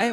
哎，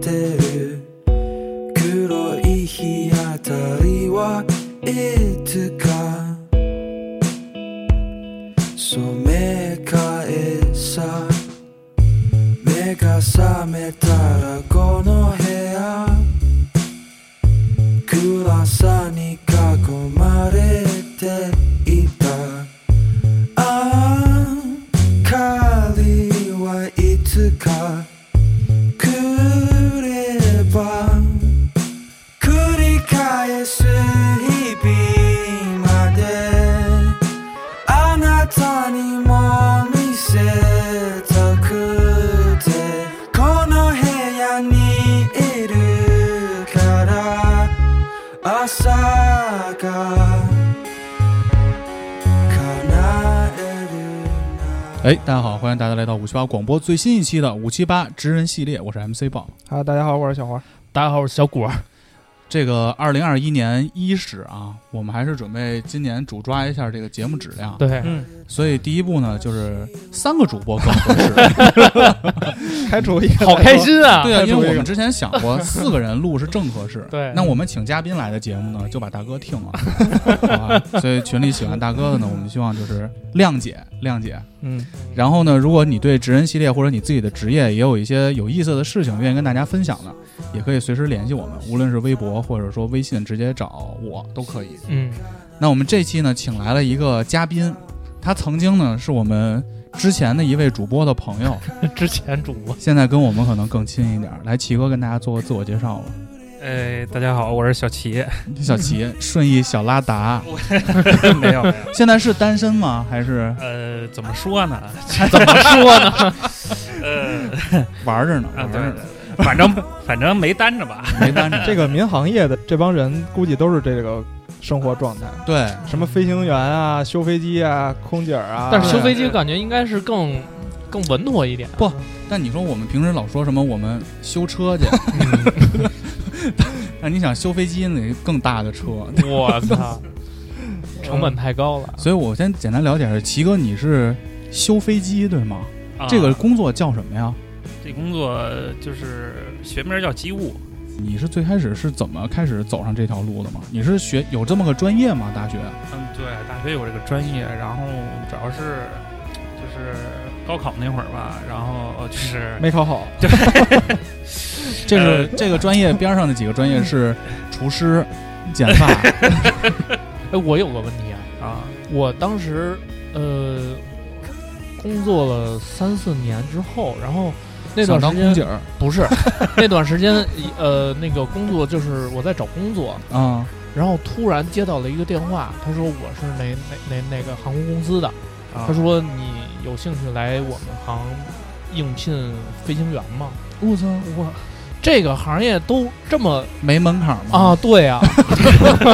てる黒い日当たりはいつか染め替えさ目が覚めたらこの部屋暗さに囲まれていた明かりはいつか来れば繰り返す日々まであなたにも見せたくてこの部屋にいるから朝が叶えるな哎，大家好，欢迎大家来到五七八广播最新一期的五七八职人系列，我是 MC 豹。哈，大家好，我是小黄。大家好，我是 小果。这个二零二一年伊始啊，我们还是准备今年主抓一下这个节目质量。对，嗯，所以第一步呢，就是三个主播更合适。开除一个，好开。心啊！对啊，因为我这们个之前想过四个人录是正合适。对那我们请嘉宾来的节目呢，就把大哥听了， 好吧？所以群里喜欢大哥的呢，我们希望就是谅解谅解。嗯，然后呢，如果你对职人系列或者你自己的职业也有一些有意思的事情，愿意跟大家分享的，也可以随时联系我们，无论是微博或者说微信，直接找我都可以。嗯，那我们这期呢，请来了一个嘉宾，他曾经呢是我们之前的一位主播的朋友，嗯之前主播，现在跟我们可能更亲一点儿。来，齐哥跟大家做个自我介绍吧。哎，大家好，我是小齐。 小齐，顺义小拉达，没有，没有现在是单身吗？还是呃，怎么 说呢？怎么说呢？ 呃，玩着呢？嗯啊，玩着对对呢，对，反正反正没单着吧。 没单着。这个民航业的这帮人估计都是这个生活状态，对，什么飞行员啊、修飞机啊、空姐儿啊。但是修修飞机感觉应该是更更稳妥一点。但你说我们平时老说什么我们修车去， 那你想修飞机那更大的车。我操，成本太高了。所以我先简单了解一下，齐哥，你是修飞机对吗？啊这个工作叫什么呀？这工作就是学名叫机务，你是最开始是怎么开始走上这条路的吗？你是学有这么个专业吗？大学？嗯，对，大学有这个专业，然后主要是就是高考那会儿吧，然后哦就是没考好，这个、这个专业边上的几个专业是厨师、剪发，哎，我有个问题啊，啊，我当时呃工作了三四年之后，然后那想段当时空姐间儿不是那段时间呃那个工作就是我在找工作，啊、然后突然接到了一个电话，他说我是哪哪哪哪个航空公司的。他他说：“你有兴趣来我们行应聘飞行员吗我操，？”我这个行业都这么没门槛吗？啊？，对啊，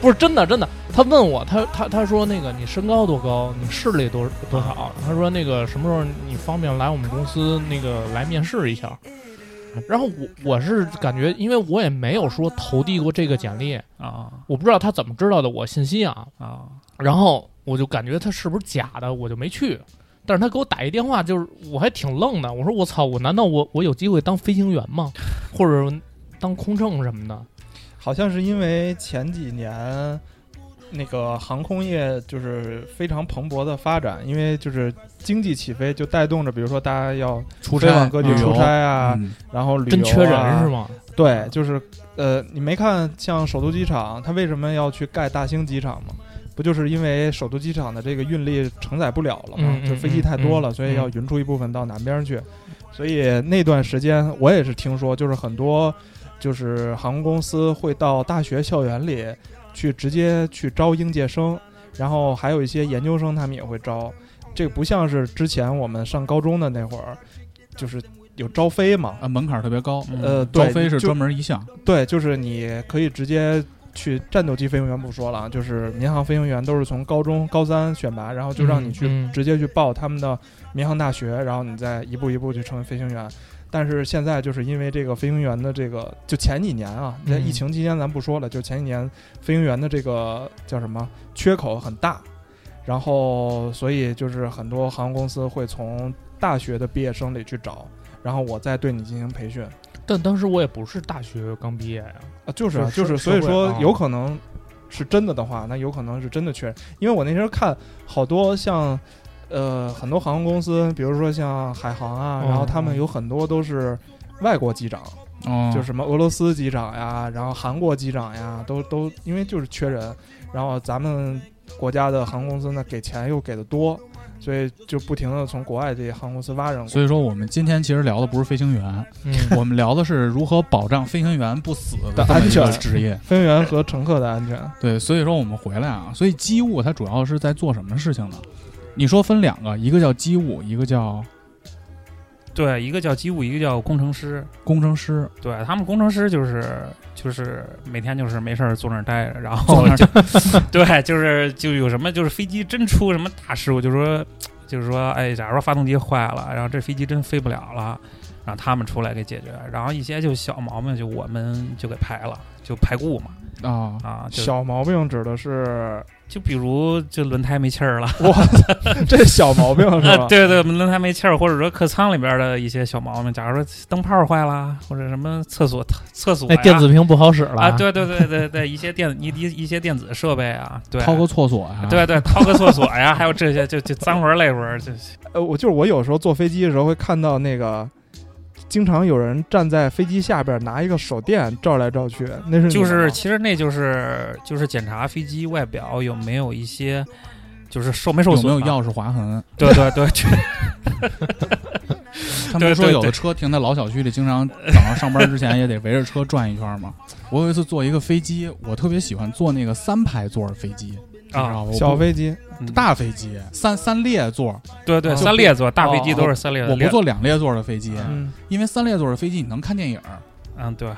不是真的，真的。他问我，他他他说那个你身高多高？你视力多多少？他说那个什么时候你方便来我们公司那个来面试一下？然后我我是感觉，因为我也没有说投递过这个简历，啊我不知道他怎么知道的我信息啊。啊，然后我就感觉他是不是假的，我就没去。但是他给我打一电话，就是我还挺愣的。我说我操，我难道我我有机会当飞行员 吗？或者当空乘什么的？好像是因为前几年那个航空业就是非常蓬勃的发展，因为就是经济起飞，就带动着，比如说大家要出飞差往各地旅游出差啊，嗯然后旅游、啊、真缺人是吗？对，就是呃，你没看像首都机场，它为什么要去盖大兴机场吗？不就是因为首都机场的这个运力承载不了了吗？嗯嗯就飞机太多了，嗯所以要匀出一部分到南边去。所以那段时间我也是听说，就是很多就是航空公司会到大学校园里去直接去招应届生，然后还有一些研究生他们也会招。这不像是之前我们上高中的那会儿，就是有招飞嘛，嗯啊，门槛特别高。呃，招对飞是就专门一项，对，就是你可以直接去战斗机飞行员不说了啊，就是民航飞行员都是从高中高三选拔，然后就让你去、嗯嗯直接去报他们的民航大学，然后你再一步一步去成为飞行员。但是现在就是因为这个飞行员的这个，就前几年啊，在嗯疫情期间咱不说了，就前几年飞行员的这个叫什么缺口很大，然后所以就是很多航空公司会从大学的毕业生里去找，然后我再对你进行培训。但当时我也不是大学刚毕业呀、啊，就是啊，就就是是，社所以社会说啊有可能是真的的话，那有可能是真的缺，因为我那时候看好多像呃很多航空公司，比如说像海航啊，然后他们有很多都是外国机长，哦，就是什么俄罗斯机长呀，然后韩国机长呀，都都因为就是缺人，然后咱们国家的航空公司呢给钱又给的多，所以就不停的从国外这些航空公司挖人过来。所以说我们今天其实聊的不是飞行 员，嗯， 我们聊的是如何保障飞行员不死的这么一个安全职业。飞行员和乘客的安全，对，所以说我们回来啊，所以机务它主要是在做什么事情呢？你说分两个，一个叫机务，一个叫对，一个叫机务，一个叫工程师。工程师。对他们工程师就是就是每天就是没事儿坐那儿待着，然坐后那儿就 对，就是就有什么就是飞机真出什么大事故，就说就是说哎，假如说发动机坏了，然后这飞机真飞不了了，然后他们出来给解决，然后一些就小毛病就我们就给排了，就排故嘛啊，啊，就小毛病指的 是就比如这轮胎没气儿了，？这是小毛病是 吧 对对，轮胎没气儿，或者说客舱里边的一些小毛病，假如说灯泡坏了，或者什么厕所厕所那呀、电子屏不好使了啊，，对对对对对，一些电一一一些电子设备啊，对，掏个厕所啊，，对对掏个厕所呀，还有这些就就脏活儿累活儿，就呃，我就是我有时候坐飞机的时候会看到那个，经常有人站在飞机下边拿一个手电照来照去，那是你就们吗是其实那就是就是检查飞机外表有没有一些就是受没受有没损有吧，钥匙划痕？对对对，就他们不对说对有的对车停在老小区里，经常早上上班之前也得围着车转一圈吗？我有一次坐一个飞机，我特别喜欢坐那个三排座的飞机， 你知啊道，吧？我小不飞机，大飞机三三列座，对对啊三列座，大飞机哦都是三列座，我不坐两列座的飞机，嗯嗯，因为三列座的飞机你能看电影儿，嗯对，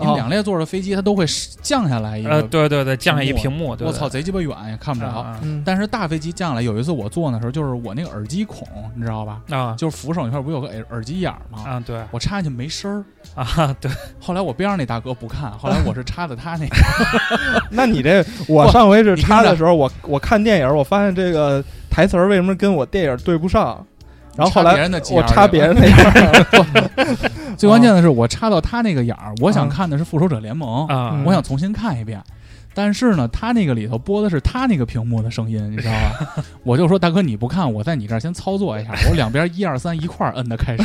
因为哦两列座的飞机它都会降下来一呃个，对对对，降下一屏幕，对我操，，贼鸡巴远也看对不着。啊嗯但是大飞机降下来，有一次我坐那时候，就是我那个耳机孔，你知道吧？啊啊就是扶手那块儿不有个耳耳机眼儿吗？啊对我插进去没声儿，啊对，后来我边上那大哥不看，后来我是插的他那个，那 你这我不上回是你听插着的时候，我我看电影，我发现这个台词儿为什么跟我电影对不上， 然后后插别来人的机我眼儿插去别了。 人那哦边，最关键的是我插到他那个眼儿，我想啊看的是《复仇者联盟》，啊嗯我想重新看一遍。但是呢，他那个里头播的是他那个屏幕的声音，你知道吧？ 我就说大哥你不看，我在你这儿先操作一下，我两边一二三一块儿摁的开始，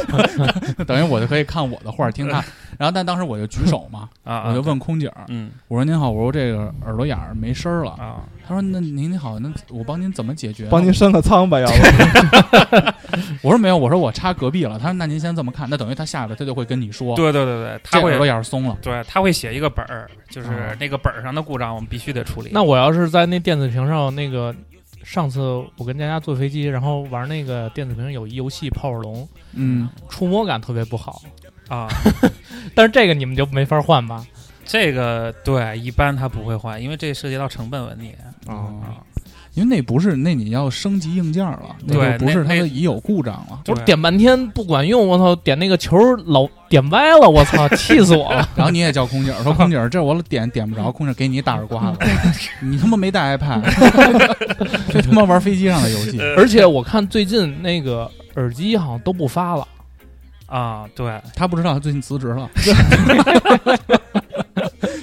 等于我就可以看我的画儿，听他。然后但当时我就举手嘛，啊，啊我就问空姐儿，嗯我说您好，我说这个耳朵眼儿没声儿了。啊。他说那您好，那我帮您怎么解决？啊帮您升个啊舱吧，要不？我说没有，我说我插隔壁了。他说那您先这么看，那等于他下来他就会跟你说，对对对对，这他会耳朵眼儿松了。对，他会写一个本儿，就是啊那个本儿上的故障，我们必须得处理。那我要是在那电子屏上那个。上次我跟佳佳坐飞机，然后玩那个电子屏有一游戏《泡泡龙嗯，》，触摸感特别不好。啊，但是这个你们就没法换吧？这个对，一般他不会换，因为这涉及到成本问题。哦，因为那不是那你要升级硬件了，那对就不是那它的那已有故障了。我对点半天不管用，我操！点那个球老点歪了，我 操！气死我了！然后你也叫空姐儿说空姐儿，这我点点 不着，空姐儿给你一大耳刮子，你他妈没带 iPad，这他妈玩飞机上的游戏。而且我看最近那个耳机好像都不发了，啊，对，他不知道他最近辞职 了。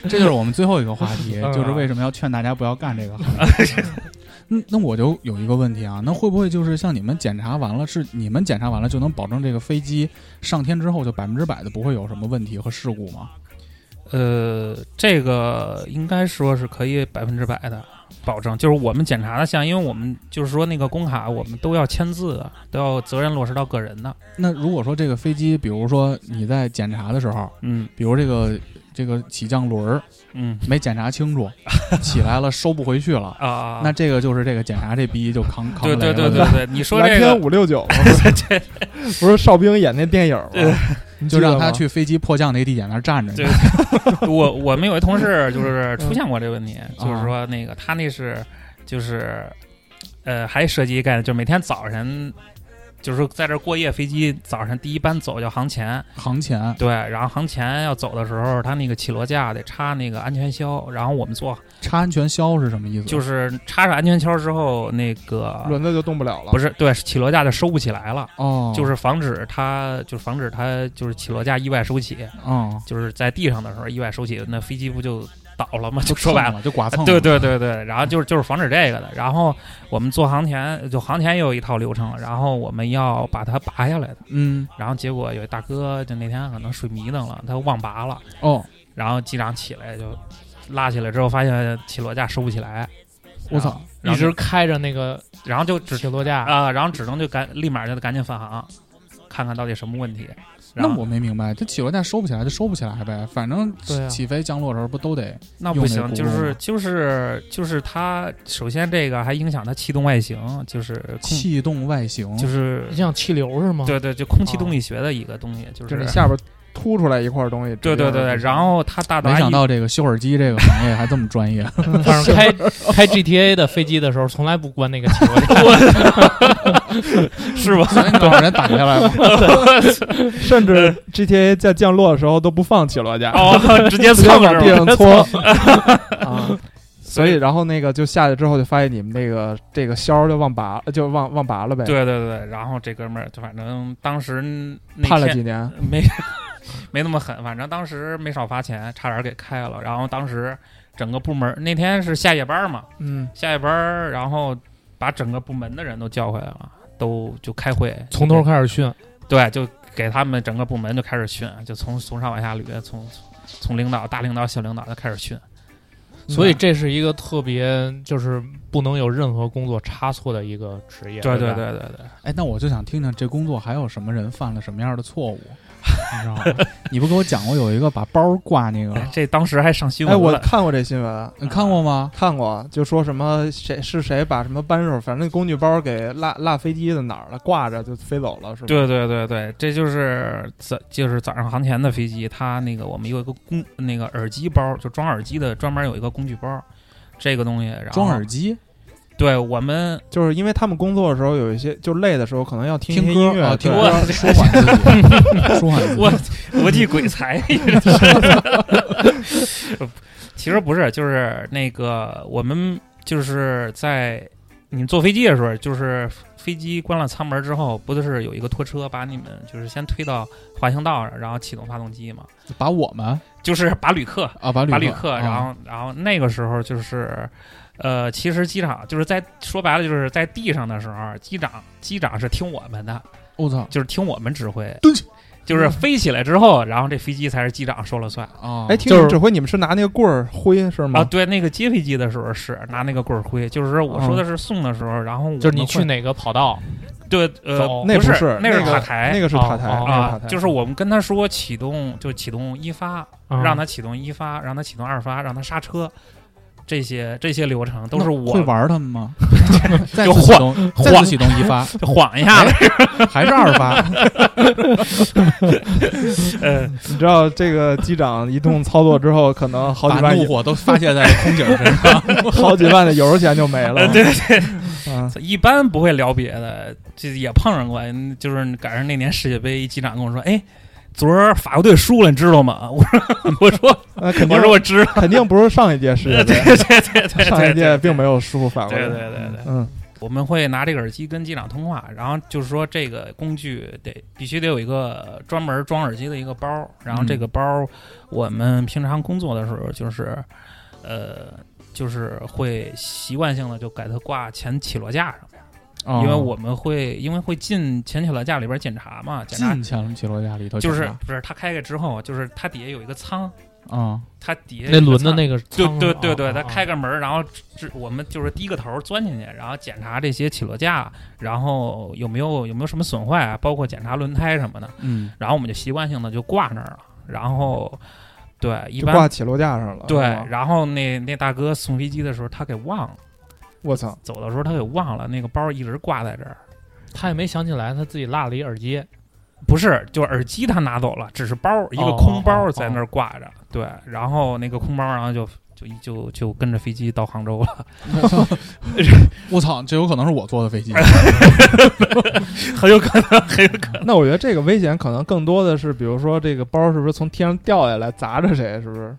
这就是我们最后一个话题，嗯就是为什么要劝大家不要干这个行业。嗯 那那我就有一个问题啊，那会不会就是像你们检查完了，是你们检查完了就能保证这个飞机上天之后就百分之百的不会有什么问题和事故吗？呃，这个应该说是可以百分之百的保证，就是我们检查的项，因为我们就是说那个工卡我们都要签字的，都要责任落实到个人的。那如果说这个飞机，比如说你在检查的时候，嗯比如这个这个起降轮儿嗯没检查清楚，起来了收不回去了，啊 啊，那这个就是这个检查这逼就扛扛对雷对了对对对，你说蓝 这天个五六九吗，不是邵兵演那电影吗？你记就得让他吗去飞机迫降那地点那儿站着去对。 我我们有一同事就是出现过这个问题，就是说那个他那是就是呃还涉及一概念，就每天早晨。就是说在这儿过夜，飞机早上第一班走叫航前，航前对，然后航前要走的时候，他那个起落架得插那个安全销，然后我们坐插安全销是什么意思？就是插上安全销之后，那个轮子就动不了了。不是，是对起落架就收不起来了，哦，就是防止它就是防止它就是起落架意外收起，哦，就是在地上的时候意外收起，那飞机不就倒了吗？就就说白蹭了。就剐蹭了。啊对对对对，然后就是就是防止这个的。然后我们做航前，就航前也有一套流程，然后我们要把它拔下来的。嗯，然后结果有一大哥就那天可能睡迷瞪了，他忘拔了，哦，然后机长起来就拉起来之后，发现起落架收不起来，我操，然一后就直开着那个然后就只起落架，啊、然后只能就赶立马就赶紧返航，看看到底什么问题。然那后我没明白，这起落架收不起来就收不起来呗，反正对啊起飞降落的时候不都得那用不那行，轱辘就是吗就是就是它首先这个还影响它气动外形，就是空气动外形？就是像气流是吗？对对，就空气动力学的一个东西，就就是你下边凸出来一块东西。对对对对，然后它大没达想一到这个修耳机这个行业还这么专业，反正开开 GTA 的飞机的时候，从来不关那个起落架。是吧？所以你让人打下来吗？甚至 GTA 在降落的时候都不放起 落架，哦，直直接接 蹭往地是吧？上搓。 啊，所以然后那个就下去之后就发现你们那个这个销就忘拔，就忘忘拔了呗。，对对对，然后这哥们儿就反正当时嗯那判了天几年，没没那么狠，反正当时没少罚钱，差点给开了。然后当时整个部门那天是下夜班嘛，嗯，下夜班，然后把整个部门的人都叫回来了，都就开会，从头开始训，对，就给他们整个部门就开始训，就从从上往下捋，从从领导、大领导、小领导就开始训。嗯所以这是一个特别就是不能有任何工作差错的一个职业。对对吧对对对，哎，那我就想听听这工作还有什么人犯了什么样的错误，你知道 吗？你不给我讲过有一个把包挂那个，哎这当时还上新哎，闻我了。看过这新闻。你看过吗？看过，啊就说什么谁是谁把什么扳手，反正工具包给落落飞机的哪儿了，挂着就飞走了，是吧？对对对对，这就是早就是早上航前的飞机，它那个我们有一个工那个耳机包，就装耳机的，专门有一个工具包，这个东西。然后装耳机对我们 就是因为他们工作的时候有一些就累的时候，可能要听一些音歌乐，哦啊，对听歌 舒缓自 己，舒缓自己。我国际鬼才。 其实不是，就是那个我们就是在你坐飞机的时候，就是飞机关了舱门之后，不就是有一个拖车把你们就是先推到滑行道上，然后启动发动机嘛，把我们就是把旅客啊，把旅把客，旅客，啊然后然后那个时候就是，呃，其实机长就是在说白了就是在地上的时候，机长机长是听我们的，我操就是听我们指挥，蹲下就是飞起来之后，然后这飞机才是机长说了算。啊！哎，听哦就是你指挥，你们是拿那个棍儿挥是啊，吗？对，那个接飞机的时候是拿那个棍儿挥，就是说我说的是送的时候，然后我就是你们去会哪个跑道，对呃走那不不是那是个塔台那个是塔台，哦哦那个塔啊台，就是我们跟他说启动就启动一发，嗯让他启动一发，让他启动二发，让他刹车，这些这些流程都是会我玩他们 吗？再就次启晃动，晃再次启动一发，哎就晃一下子，还是二 发？呃，你知道这个机长一通操作之后，可能好把几 万怒火都发泄在空姐身 上。好几万的油钱就 没了。对对，啊，一般不会聊别的，这也碰上过，嗯就是赶上那年世界杯，一机长跟我说，哎。昨儿法国队输了，你知道吗？我说，我说，那肯定我说我知道。肯定不是上一届世对界 对杯，对对对，上一届并没。没有输法国对对队。对对，嗯，我们会拿这个耳机跟机长通话，然后就是说这个工具得必须得有一个专门装耳机的一个包，然后这个包我们平常工作的时候就是，呃，就是会习惯性的就给它挂前起落架上，哦因为我们会因为会进前起落架里边检查嘛，检查进前起落架里头检就查，是不是它开开之后，就是它底下有一个舱，啊，它底下那轮子个。那个对舱对啊对对，啊他啊开个门儿，然后这我们就是低个头儿钻进去，然后检查这些起落架，然后有没有有没有什么损坏啊，包括检查轮胎什么的。嗯，然后我们就习惯性的就挂那儿了，然后对一就挂般起落架上了。对是，吗然后那那大哥送飞机的时候他给忘了，我操，走的时候他给忘了那个包一直挂在这儿。他也没想起来他自己落了一耳机，不是，就是耳机他拿走了，只是包儿一个哦空包哦儿哦在那儿挂着。对，然后那个空包儿，然后就就就就跟着飞机到杭州了，我操，这有可能是我坐的飞 机。很有可能，很有可能。那我觉得这个危险可能更多的是，比如说这个包是不是从天上掉下来砸着谁，是不是？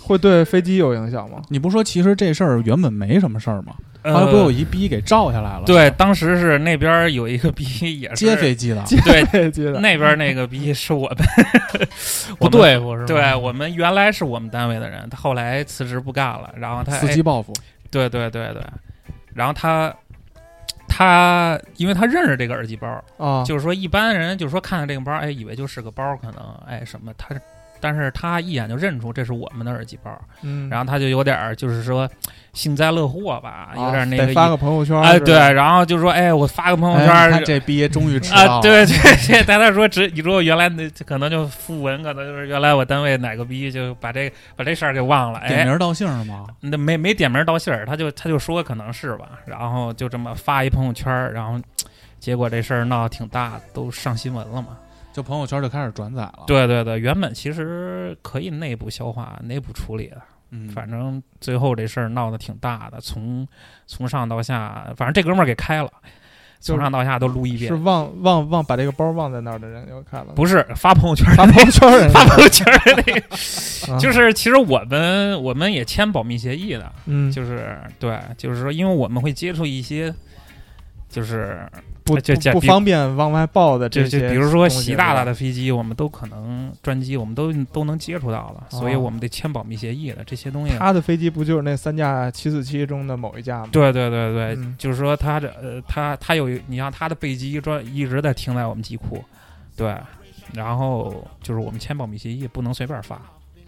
会对飞机有影响吗？你不说其实这事儿原本没什么事儿吗？后来呃不有一逼给照下来了？，对，当时是那边儿有一个 逼也是接飞机的。对， 飞机的，那边儿那个逼是我们不我们对付是吧？ 对啊我们原来是我们单位的人，他后来辞职不干了，然后他司机报复，哎对对对对，然后他他因为他认识这个耳机包，啊，就是说一般人就是说看到这个包，哎，以为就是个包，可能哎什么他。但是他一眼就认出这是我们的耳机包，嗯，然后他就有点儿就是说幸灾乐祸吧，哎哦有点儿那啊个得意发个朋友圈，哎是吧对，，然后就说哎我发个朋友圈哎，你儿看这逼终于吃到啊，了。对对对，但他说只你说我原来那可能就附文，可能就是原来我单位哪个逼就把这把这事儿给忘了，点哎，名道姓是吗？那没没点名道姓儿，他就他就说可能是吧，然后就这么发一朋友圈儿，然后结果这事儿闹得挺大，都上新闻了嘛。就朋友圈就开始转载了。，对对对，原本其实可以内部消化、内部处理的，嗯，反正最后这事儿闹得挺大的，从从上到下，反正这哥们儿给开了，就从上到下都撸一遍是，忘忘忘把这个包忘在那儿的人又看了，不是发朋友圈儿 发朋友圈的人发朋友圈儿 的那个。啊就是其实我们我们也签保密协议的，嗯，就是对，就是说因为我们会接触一些，就是呃不就不假不比方便往外报的就这就些东西，比如说习习大大的飞机，我们都可能专机，我们都都能接触到的，所以哦我们得签保密协议的这些东西。他的飞机不就是那三架七四七中的某一架吗？对对对对，嗯就是说他这呃他他有你像他的背机专一直在停在我们机库，对，然后就是我们签保密协议，不能随便发。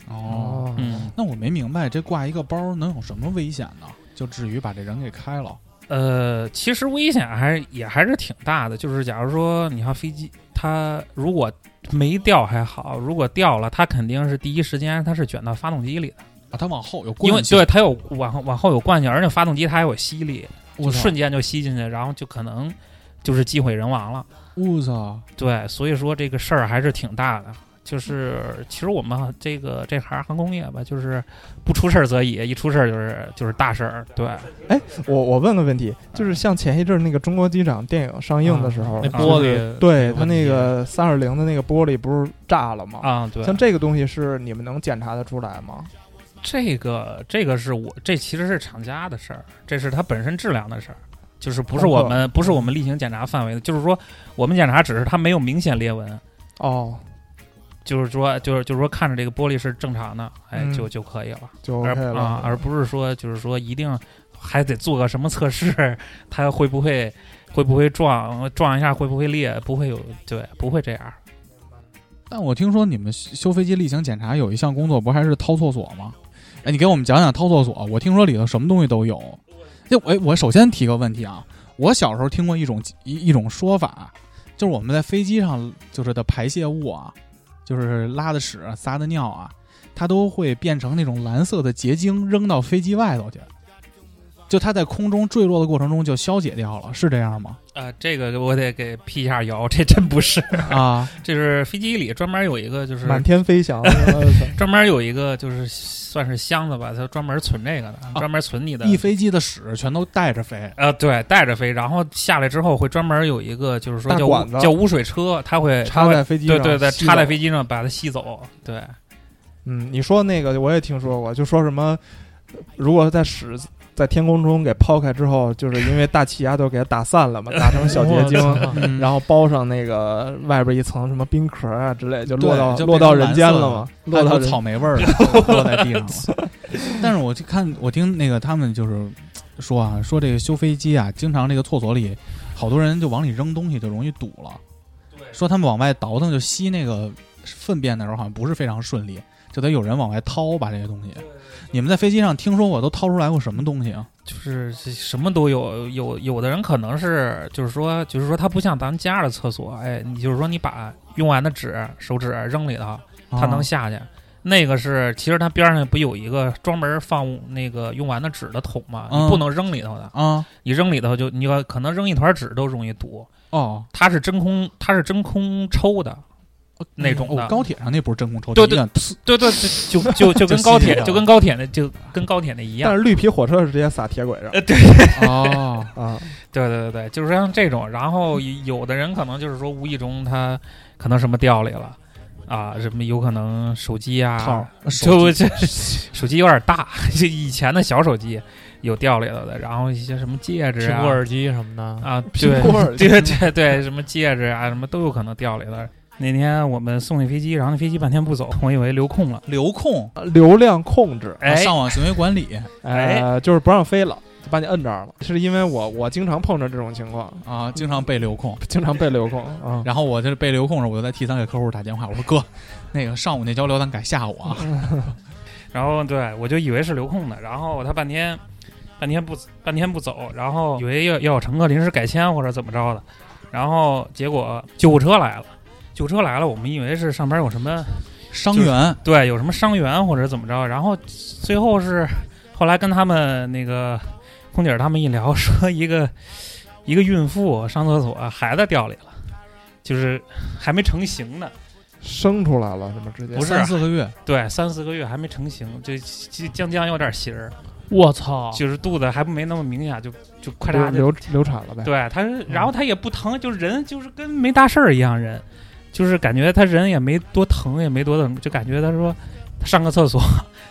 哦，嗯，那我没明白，这挂一个包能有什么危险呢？就至于把这人给开了？呃，其实危险还是也还是挺大的。就是假如说你看飞机，它如果没掉还好，如果掉了，它肯定是第一时间它是卷到发动机里的，啊，他往后有因为惯性，对它有往后往后有惯性，而且发动机它还有吸力，我就操瞬间就吸进去，然后就可能就是机毁人亡了。我操，对，所以说这个事儿还是挺大的。就是其实我们这个这行航空业吧，就是不出事儿则已，一出事儿就是就是大事儿。对，我我问个问题，就是像前一阵儿那个《中国机长》电影上映的时啊候，那就是玻璃对有它那个三二零的那个玻璃不是炸了吗？啊，对，像这个东西是你们能检查得出来吗？这个这个是我这其实是厂家的事儿，这是它本身质量的事儿，就是不是包括我们不是我们例行检查范围的，就是说我们检查只是它没有明显裂纹，哦，就是说就是就是说看着这个玻璃是正常的，哎，嗯就就可以了，就而 OK 了啊，而不是说就是说一定还得做个什么测试，它会不会会不会撞撞一下会不会裂，不会有对不会这样。但我听说你们修修飞机例行检查有一项工作，不还是掏厕所吗？哎，你给我们讲讲掏厕所。我听说里头什么东西都有。就我我首先提个问题啊，我小时候听过一种一一种说法，就是我们在飞机上就是的排泄物啊，就是拉的屎、撒的尿啊，它都会变成那种蓝色的结晶，扔到飞机外头去。就它在空中坠落的过程中就消解掉了，是这样吗？啊、这个我得给辟一下谣，这真不是，啊，这是飞机里专门有一个就是满天飞 翔，呃我操专门有一个就是算是箱子吧，它专门存这个的，哦专门存你的。一飞机的屎全都带着飞，呃，对，带着飞，然后下来之后会专门有一个，就是说大叫管子污叫污水车，它会它插会在飞机对上，对对，吸插在走飞机上把它吸走。对，嗯，你说那个我也听说过，就说什么，如果在屎在天空中给抛开之后，就是因为大气压都给它打散 了嘛，打成小结晶，嗯然后包上那个外边一层什么冰壳啊之类，就落对到就落变到成人蓝间色了的嘛，落落到到人草莓味儿 了，落在地上了。但是我就看，我听那个他们就是说啊，说这个修飞机啊，经常这个厕所里好多人就往里扔东西，就容易堵了。说他们往外倒腾就吸那个粪便的时候，好像不是非常顺利，就得有人往外掏把这些东西。你们在飞机上听说过都掏出来过什么东西啊？就是什么都有，有有的人可能是就是说就是说它不像咱们家的哦厕所，哎，你就是说你把用完的纸手指扔里头，它能啊下去。那个是，其实它边上不有一个专门放那个用完的纸的桶嘛，嗯你不能扔里头的，啊你扔里头就你要可能扔一团纸都容易堵。哦它是真空，它是真空抽的，那种的哦高铁上那不是真空抽屉，对对一摁 呲对对，就就就就就跟高吸铁着就跟高铁那就跟高铁那一样但。是绿皮火车是直接撒铁轨上呃，对哦，呃啊，对对对对，就是像这种，然后有的人可能就是说无意中他可能什么掉里了啊，什么有可能手机啊，套就这手机有点大， 就以前的小手机有掉里头的，然后一些什么戒指苹啊果耳机什么的，啊，对苹果耳机 对对对，什么戒指啊什么都有可能掉里头。那天我们送那飞机，然后那飞机半天不走，我以为留空了，流控，流量控制，啊哎，上网行为管理呃，就是不让飞了，就把你摁这儿了。是因为我我经常碰着这种情况， 啊，经常被流控。经常被流控啊。嗯然后我这被流控的时，候，我就在 T 三给客户打电话，我说哥，那个上午那交流咱改下午嗯啊。然后对我就以为是留空的，然后他半天半天不半天不走，然后以为要要有乘客临时改签或者怎么着的，然后结果救护车来了，救护车来了，我们以为是上边有什么伤员对有什么伤员或者怎么着，然后最后是后来跟他们那个空姐儿他们一聊，说一个一个孕妇上厕所孩子掉里了，就是还没成型呢。生出来了，什么直接不是三四个月，对，三四个月还没成型，就就将将有点形儿，我操！就是肚子还没那么明显，就就快流点流就流产了呗？对，他是，然后他也不疼，就是人就是跟没大事儿一样，人就是感觉他人也没多疼，也没多怎么，就感觉他说他上个厕所，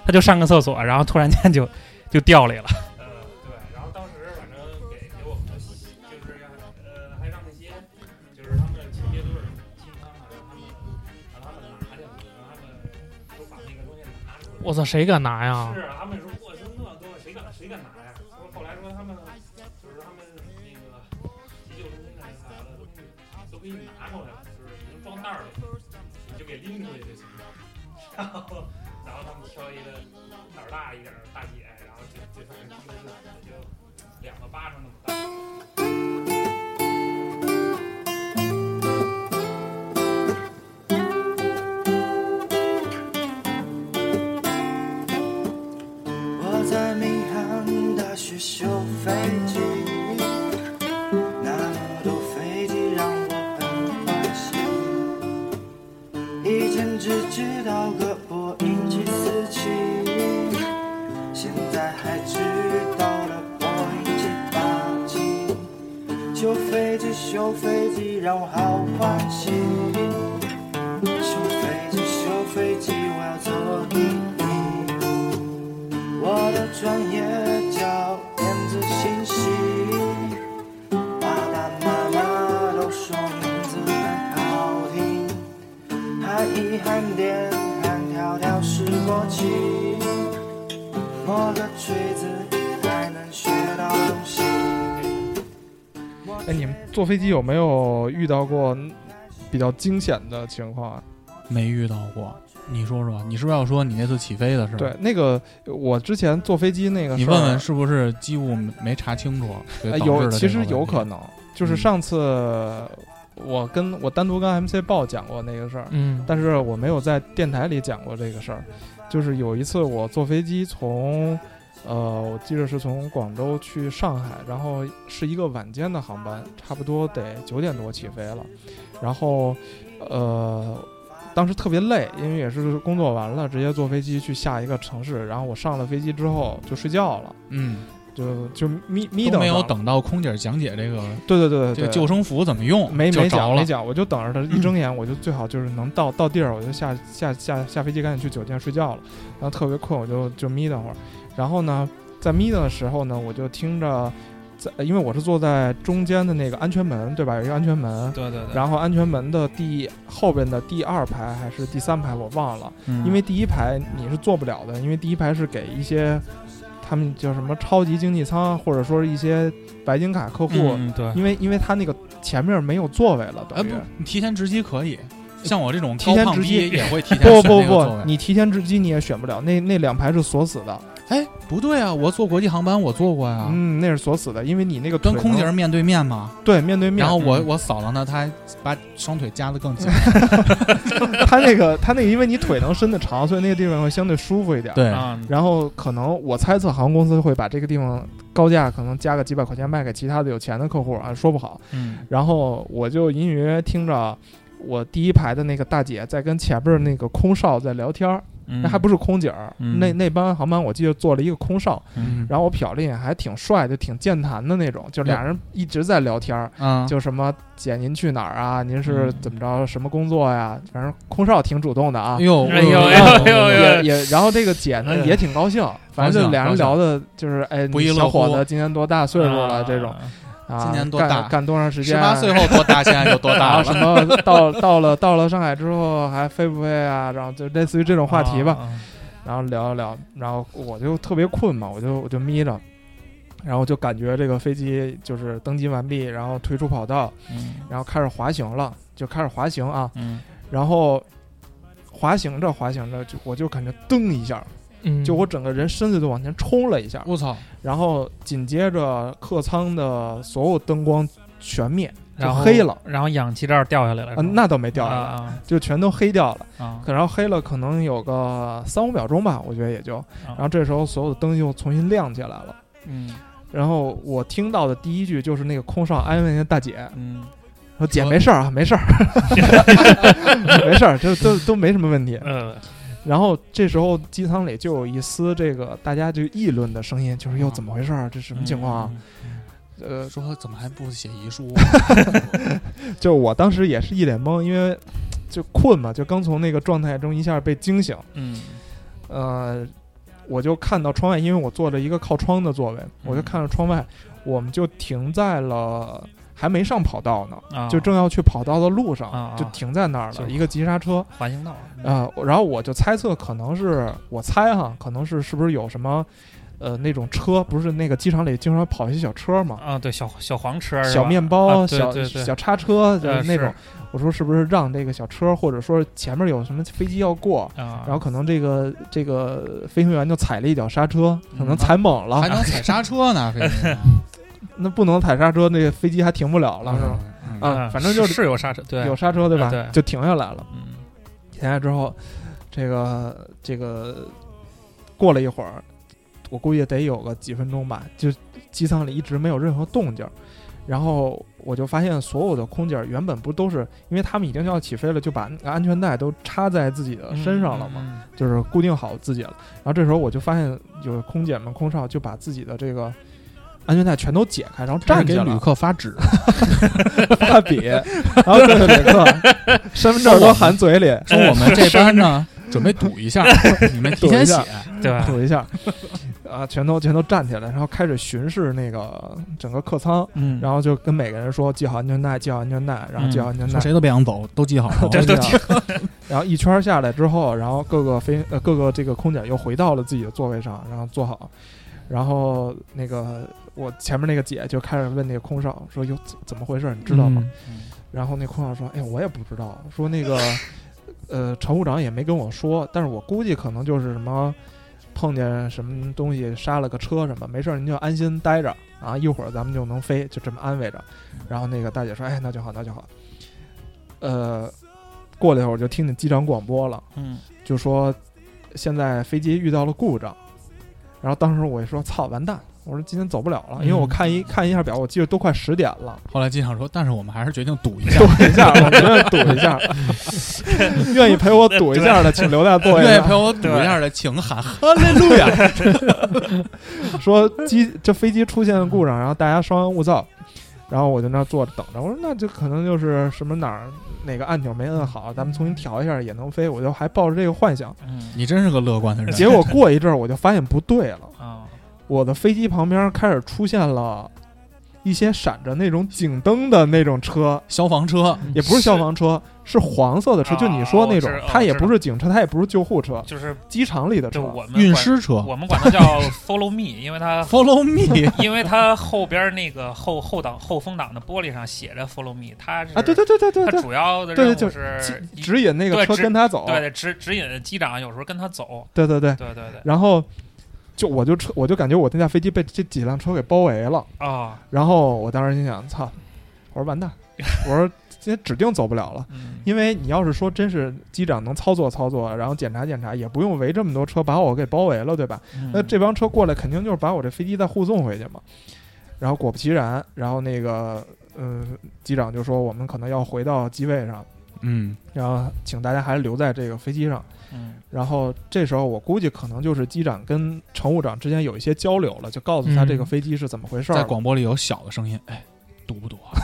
他就上个厕所，然后突然间就就掉里了。呃，对，然后当时反正给给我们的就是呃，还让那些就是他们清洁队儿清仓了，让他们让他们拿去，让他们都把那个东西拿出来。我操，谁敢拿呀？是啊，他们说我真的都谁敢谁敢拿呀？说后来说他们就是他们那个急救中心的人来了，都给你拿出来了，就是已经装袋儿里了，你就给拎出去就行了。 然后然后他们挑一个胆儿大一点儿的大姐，然后就就反正几乎就就两个巴掌那么大。我在民航大学修飞机，那么多飞机让我很欢喜。以前只知道个波音七四七，现在还知道了波音七八七。修飞机，修飞机，让我好欢喜。修飞机，修飞机，我要做第一。我的专业叫电子信息，爸爸妈妈都说名字很好听，还遗憾点汉条条是默契，摸个锤子还能学到东西。哎，你们坐飞机有没有遇到过嗯比较惊险的情况啊？没遇到过。你说说，你是不是要说你那次起飞的事？对，，那个我之前坐飞机那个你事儿，啊问问是不是机务没查清楚？给哎导致有的这其个实问有题可能，就是嗯上次我跟我单独跟 MC 豹讲过那个事儿，嗯，但是我没有在电台里讲过这个事儿。就是有一次我坐飞机从，呃，我记得是从广州去上海，然后是一个晚间的航班，差不多得九点多起飞了。然后，呃，当时特别累，因为也是工作完了，直接坐飞机去下一个城市。然后我上了飞机之后就睡觉了，嗯，就就眯眯都瞪没有上了。等到空姐讲解这个对对对对这对，个救生服怎么用，没哦就没着讲没了。嗯讲，我就等着他一睁眼，我就最好就是能到到地儿，我就下下下下飞机，赶紧去酒店睡觉了。然后特别困，我就就眯瞪会儿。然后呢，在眯瞪的时候呢，我就听着在，因为我是坐在中间的那个安全门，对吧？有一个安全门，对对对，然后安全门的第后边的第二排还是第三排，我忘了。嗯因为第一排你是坐不了的，因为第一排是给一些他们叫什么超级经济舱，啊或者说是一些白金卡客户。嗯对因为因为他那个前面没有座位了，哎等于不，你提前值机可以，像我这种呃提高前胖值逼机 也会提前不选那不个座不，位你提前值机你也选不了，那那两排是锁死的，哎，不对啊，我坐国际航班我坐过呀，嗯，那是锁死的，因为你那个啊跟腿空姐能儿面对面嘛。对面对面，然后我嗯我嫂子呢，她还把双腿夹得更紧。他那个他那个，因为你腿能伸得长，所以那个地方会相 对舒服一点。。对，啊，然后可能我猜测航空公司会把这个地方高价可能加个几百块钱卖给其他的有钱的客户啊，说不好。嗯然后我就隐隐约约听着我第一排的那个大姐在跟前边儿那个空少在聊天儿，嗯，那还不是空姐儿，嗯那那班航班我记得坐了一个空少，嗯，然后我瞟了一眼，还挺帅的，挺健谈的那种，就俩人一直在聊天儿。嗯，就什么姐，您去哪儿啊？您是怎么着？什么工作呀？反正空少挺主动的啊哎，呦，哎呦哎哎哎呦哎呦哎也呦，也，然后这个姐呢嗯也挺高兴，反正就俩人聊的，就是哎，不亦你乐小伙乎子今年多大岁数了？这种啊，啊，今年多干大干多长时十间八啊？岁后多大？现在有多然大 后什了？么到到了到了上海之后还飞不飞啊？然后就类似于这种话题吧，啊，然后聊一聊，然后我就特别困嘛，我就我就眯着，然后就感觉这个飞机就是登机完毕，然后退出跑道，嗯然后开始滑行了，就开始滑行啊，嗯然后滑行着滑行着，就我就感觉噔一下，嗯，就我整个人身子就往前冲了一嗯下，我操！然后紧接着客舱的所有灯光全灭，就然后黑了，然后氧气罩掉下来啊，了，那倒没掉下来，啊就全都黑掉了。啊啊可然后黑了可能有个三五秒钟吧，我觉得也就。然后这时候所有的灯又重新亮起来了。啊嗯然后我听到的第一句就是那个空少安慰那大姐，嗯说：“姐说没事儿啊，没 事儿，没事儿，就都都没什么问题。”呃，然后这时候机舱里就有一丝这个大家就议论的声音，就是又怎么回事嗯儿？这什么情况啊？呃，说怎么还不写遗书？啊就我当时也是一脸懵，因为就困嘛，就刚从那个状态中一下被惊醒。嗯？呃，我就看到窗外，因为我坐着一个靠窗的座位，嗯我就看着窗外，我们就停在了还没上跑道呢，嗯啊，就正要去跑道的路上，啊啊就停在那儿就了，一个急刹车。环形道啊、然后我就猜测，可能是我猜哈，可能是是不是有什么，呃，那种车，不是那个机场里经常跑一些小车嘛，啊，对，小小黄车是吧，小面包、啊对小对对小叉车，就呃那种是。我说是不是让这个小车，或者说前面有什么飞机要过，啊，然后可能这个这个飞行员就踩了一脚刹车，可能嗯踩猛了，还能踩刹车呢？飞机 呢那不能踩刹车，那个飞机还停不了了，是吧？？嗯啊嗯反正就是是有刹车，对，有刹车对吧？啊对就停下来了。嗯停下之后，这个这个过了一会儿，我估计得有个几分钟吧，就机舱里一直没有任何动静儿。然后我就发现，所有的空姐儿原本不都是因为他们已经要起飞了，就把那个安全带都插在自己的身上了嘛，嘛，就是固定好自己了。然后这时候我就发现，有空姐们、空少就把自己的这个安全带全都解开，然后这是站起给来旅客发指，大笔， 然后这个旅客身份证都含嘴 里，说我们这班呢准备赌一 下，你们提前写。嗯对吧？吐一下，啊，全都全都站起来，然后开始巡视那个整个客舱，嗯，然后就跟每个人说系好安全带，系好安全带，然后系好安全带说，谁都别想走，都记好了。然后对 这样然后一圈下来之后，然后各个飞呃各个这个空姐又回到了自己的座位上，然后坐好，然后那个我前面那个姐就开始问那个空少说哟怎怎么回事，你知道嗯吗？然后那空少说：“哎，我也不知道。说那个， 呃，常务长也没跟我说，但是我估计可能就是什么碰见什么东西刹了个车什么，没事儿您就安心待着啊，一会儿咱们就能飞，就这么安慰着。”然后那个大姐说：“哎，那就好，那就好。”呃，过了一会儿我就听见机长广播了，嗯就说现在飞机遇到了故障。然后当时我一说：“操，完蛋！”我说今天走不了了，因为我看一看一下表，我记得都快十点了。后来机长说，但是我们还是决定赌一下，赌一下，我宁愿赌一下。 愿意陪我赌一下的，请留在座位愿意陪上。我赌一下的，请喊哈利路亚。说机这飞机出现故障，然后大家稍安勿躁。然后我就那儿坐着等着，我说那就可能就是什么哪儿哪个按钮没摁好，咱们重新调一下也能飞。我就还抱着这个幻想，嗯 你真是个乐观的人。结果过一阵儿我就发现不对了，啊，我的飞机旁边开始出现了一些闪着那种警灯的那种车，消防车也嗯不是消防车，是黄色的车，就你说那种嗯啊我知道，它也我知道不是警车，它也不是救护车，就是机场里的车。就我们运管，尸车我们管它叫 follow me，因为它。 ，Follow me。因为它后边那个后后挡后风挡的玻璃上写着 “Follow me”，它是啊，对对对对对它对，主要的对任对务指是一指引那个对车指跟他走，对对指指引机长有时候跟他走，对对对对对对，然后就我就车我就感觉我那架飞机被这几辆车给包围了。啊，然后我当时心想，操，我说完蛋，我说今天指定走不了了。嗯因为你要是说真是机长能操作操作，然后检查检查，也不用围这么多车把我给包围了，对吧？嗯那这帮车过来肯定就是把我这飞机再护送回去嘛。然后果不其然，然后那个嗯、机长就说我们可能要回到机位上，嗯然后请大家还是留在这个飞机上。嗯然后这时候我估计可能就是机长跟乘务长之间有一些交流了，就告诉他这个嗯飞机是怎么回事儿在了。广播里有小的声音，哎，堵不堵啊？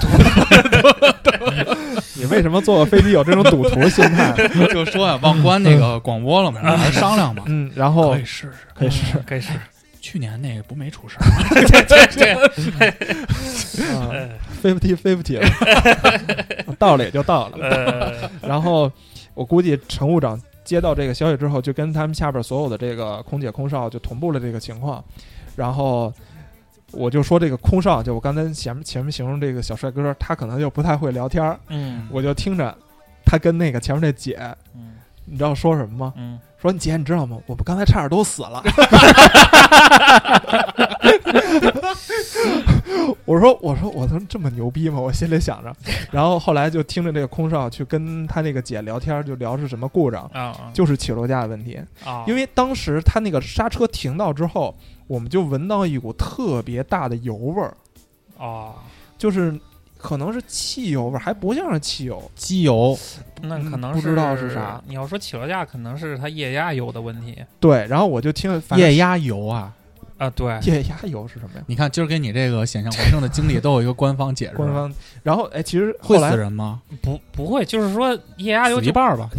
你为什么坐个飞机有这种赌徒心态？ 就说呀，忘关那 个广播了嘛，然后商量嘛，嗯，然后可以试试。嗯哎可以试，可以是，去年那个不没出事儿吗，对对， fifty fifty 了，到了也就到了。呃，然后我估计乘务长接到这个消息之后，就跟他们下边所有的这个空姐空少就同步了这个情况，然后。我就说这个空少，就我刚才前面前面形容这个小帅哥，他可能就不太会聊天儿嗯我就听着他跟那个前面那姐，嗯你知道说什么吗？嗯，说你姐，你知道吗？我们刚才差点都死了。 我说，我说，我能这么牛逼吗？我心里想着。然后后来就听着这个空少去跟他那个姐聊天，就聊是什么故障，啊啊就是起落架的问题。啊，因为当时他那个刹车停到之后，我们就闻到一股特别大的油味儿，啊，就是可能是汽油味儿，还不像是汽油。机油那可能嗯不知道是啥。你要说起落架，可能是它液压有的问题对，然后我就听反正液压油啊。啊，对， 液压油是什么呀？你看，今儿给你这个险象环生的经历都有一个官方解释，官方。然后哎，其实后会来死人吗？不不会，就是说液压有死一就半儿吧，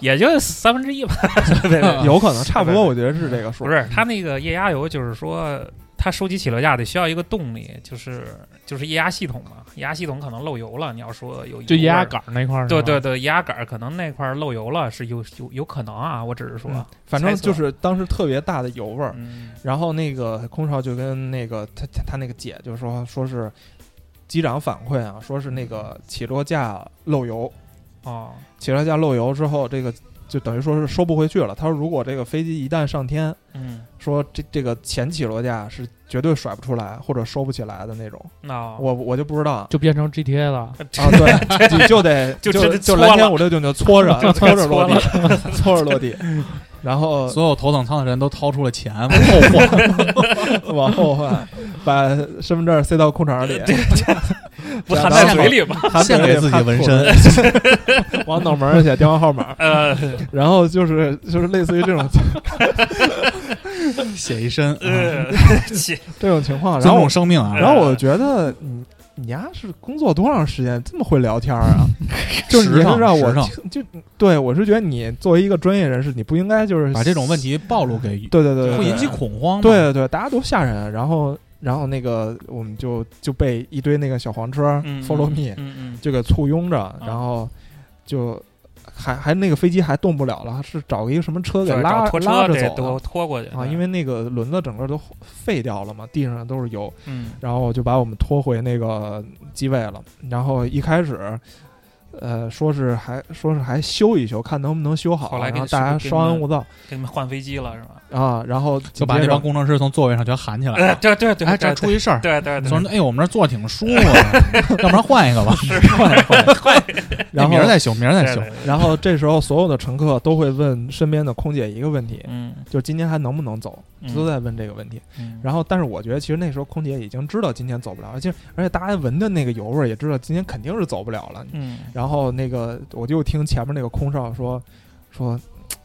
也就三分之一吧，对对 对有可能差不多，我觉得是这个数。不是，它那个液压油就是说，它收集起落架得需要一个动力，就是就是液压系统嘛，液压系统可能漏油了，你要说有就油液压味儿，杆那块儿，对对，对，液压杆儿可能那块儿漏油了是有有有可能啊，我只是说，嗯反正就是当时特别大的油味儿。嗯然后那个空少就跟那个他他他那个姐就说说是机长反馈啊，说是那个起落架漏油，哦起落架漏油之后，这个就等于说是收不回去了。他说如果这个飞机一旦上天，嗯，说这这个前起落架是绝对甩不出来或者收不起来的那种。那我我就不知道啊，就变成 GTA 了。啊 对，你就得就真就的就搓蓝天了五六九就搓着 就搓着落搓地，搓着落地，然 后所有头等舱的人都掏出了 钱往后换，往后换，把身份证塞到裤衩里，不假含装在嘴里吧，含，献给自己纹身，往脑门儿写电话号码， 呃，然后就是就是类似于这种写一 身，啊呃，切这种情况。然尊后我重生命啊！然后呃我觉得你你丫是工作多长时间这么会聊天儿啊？ 就是你时是尚让时我尚听就对我是觉得你作为一个专业人士，你不应该就是把这种问题暴露给对对对对会引对起恐慌嘛。对对对，大家都吓人。然后，然后那个我们就就被一堆那个小黄车儿嗯 follow me 嗯就给簇拥着，然后就还还那个飞机还动不了了，是找一个什么车嗯，给找拉拖拉车着得走都了拖过去啊，因为那个轮子整个都废掉了嘛，地上都是油，嗯然后就把我们拖回那个机位了。然后一开始。呃，说是还说是还修一修，看能不能修好，后来然给后修大家给稍他安们勿躁给你们换飞机了是吧？啊，然后就把那帮工工程师从座位上全喊起来呃，了。 对对对，哎，这儿对出一事儿，对对 说 对，哎，我们这儿坐着挺舒服的，要不然 换一个吧。 然后明儿再修，明儿再对修对。对然后这时候，所有的乘客都会问身边的空姐一个问题，嗯，就是今天还能不能走，嗯都在问这个问题。嗯然后，但是我觉得其实那时候空姐已经知道今天走不了，而且而且大家闻的那个油味儿也知道今天肯定是走不了了。嗯然后那个我就听前面那个空少说说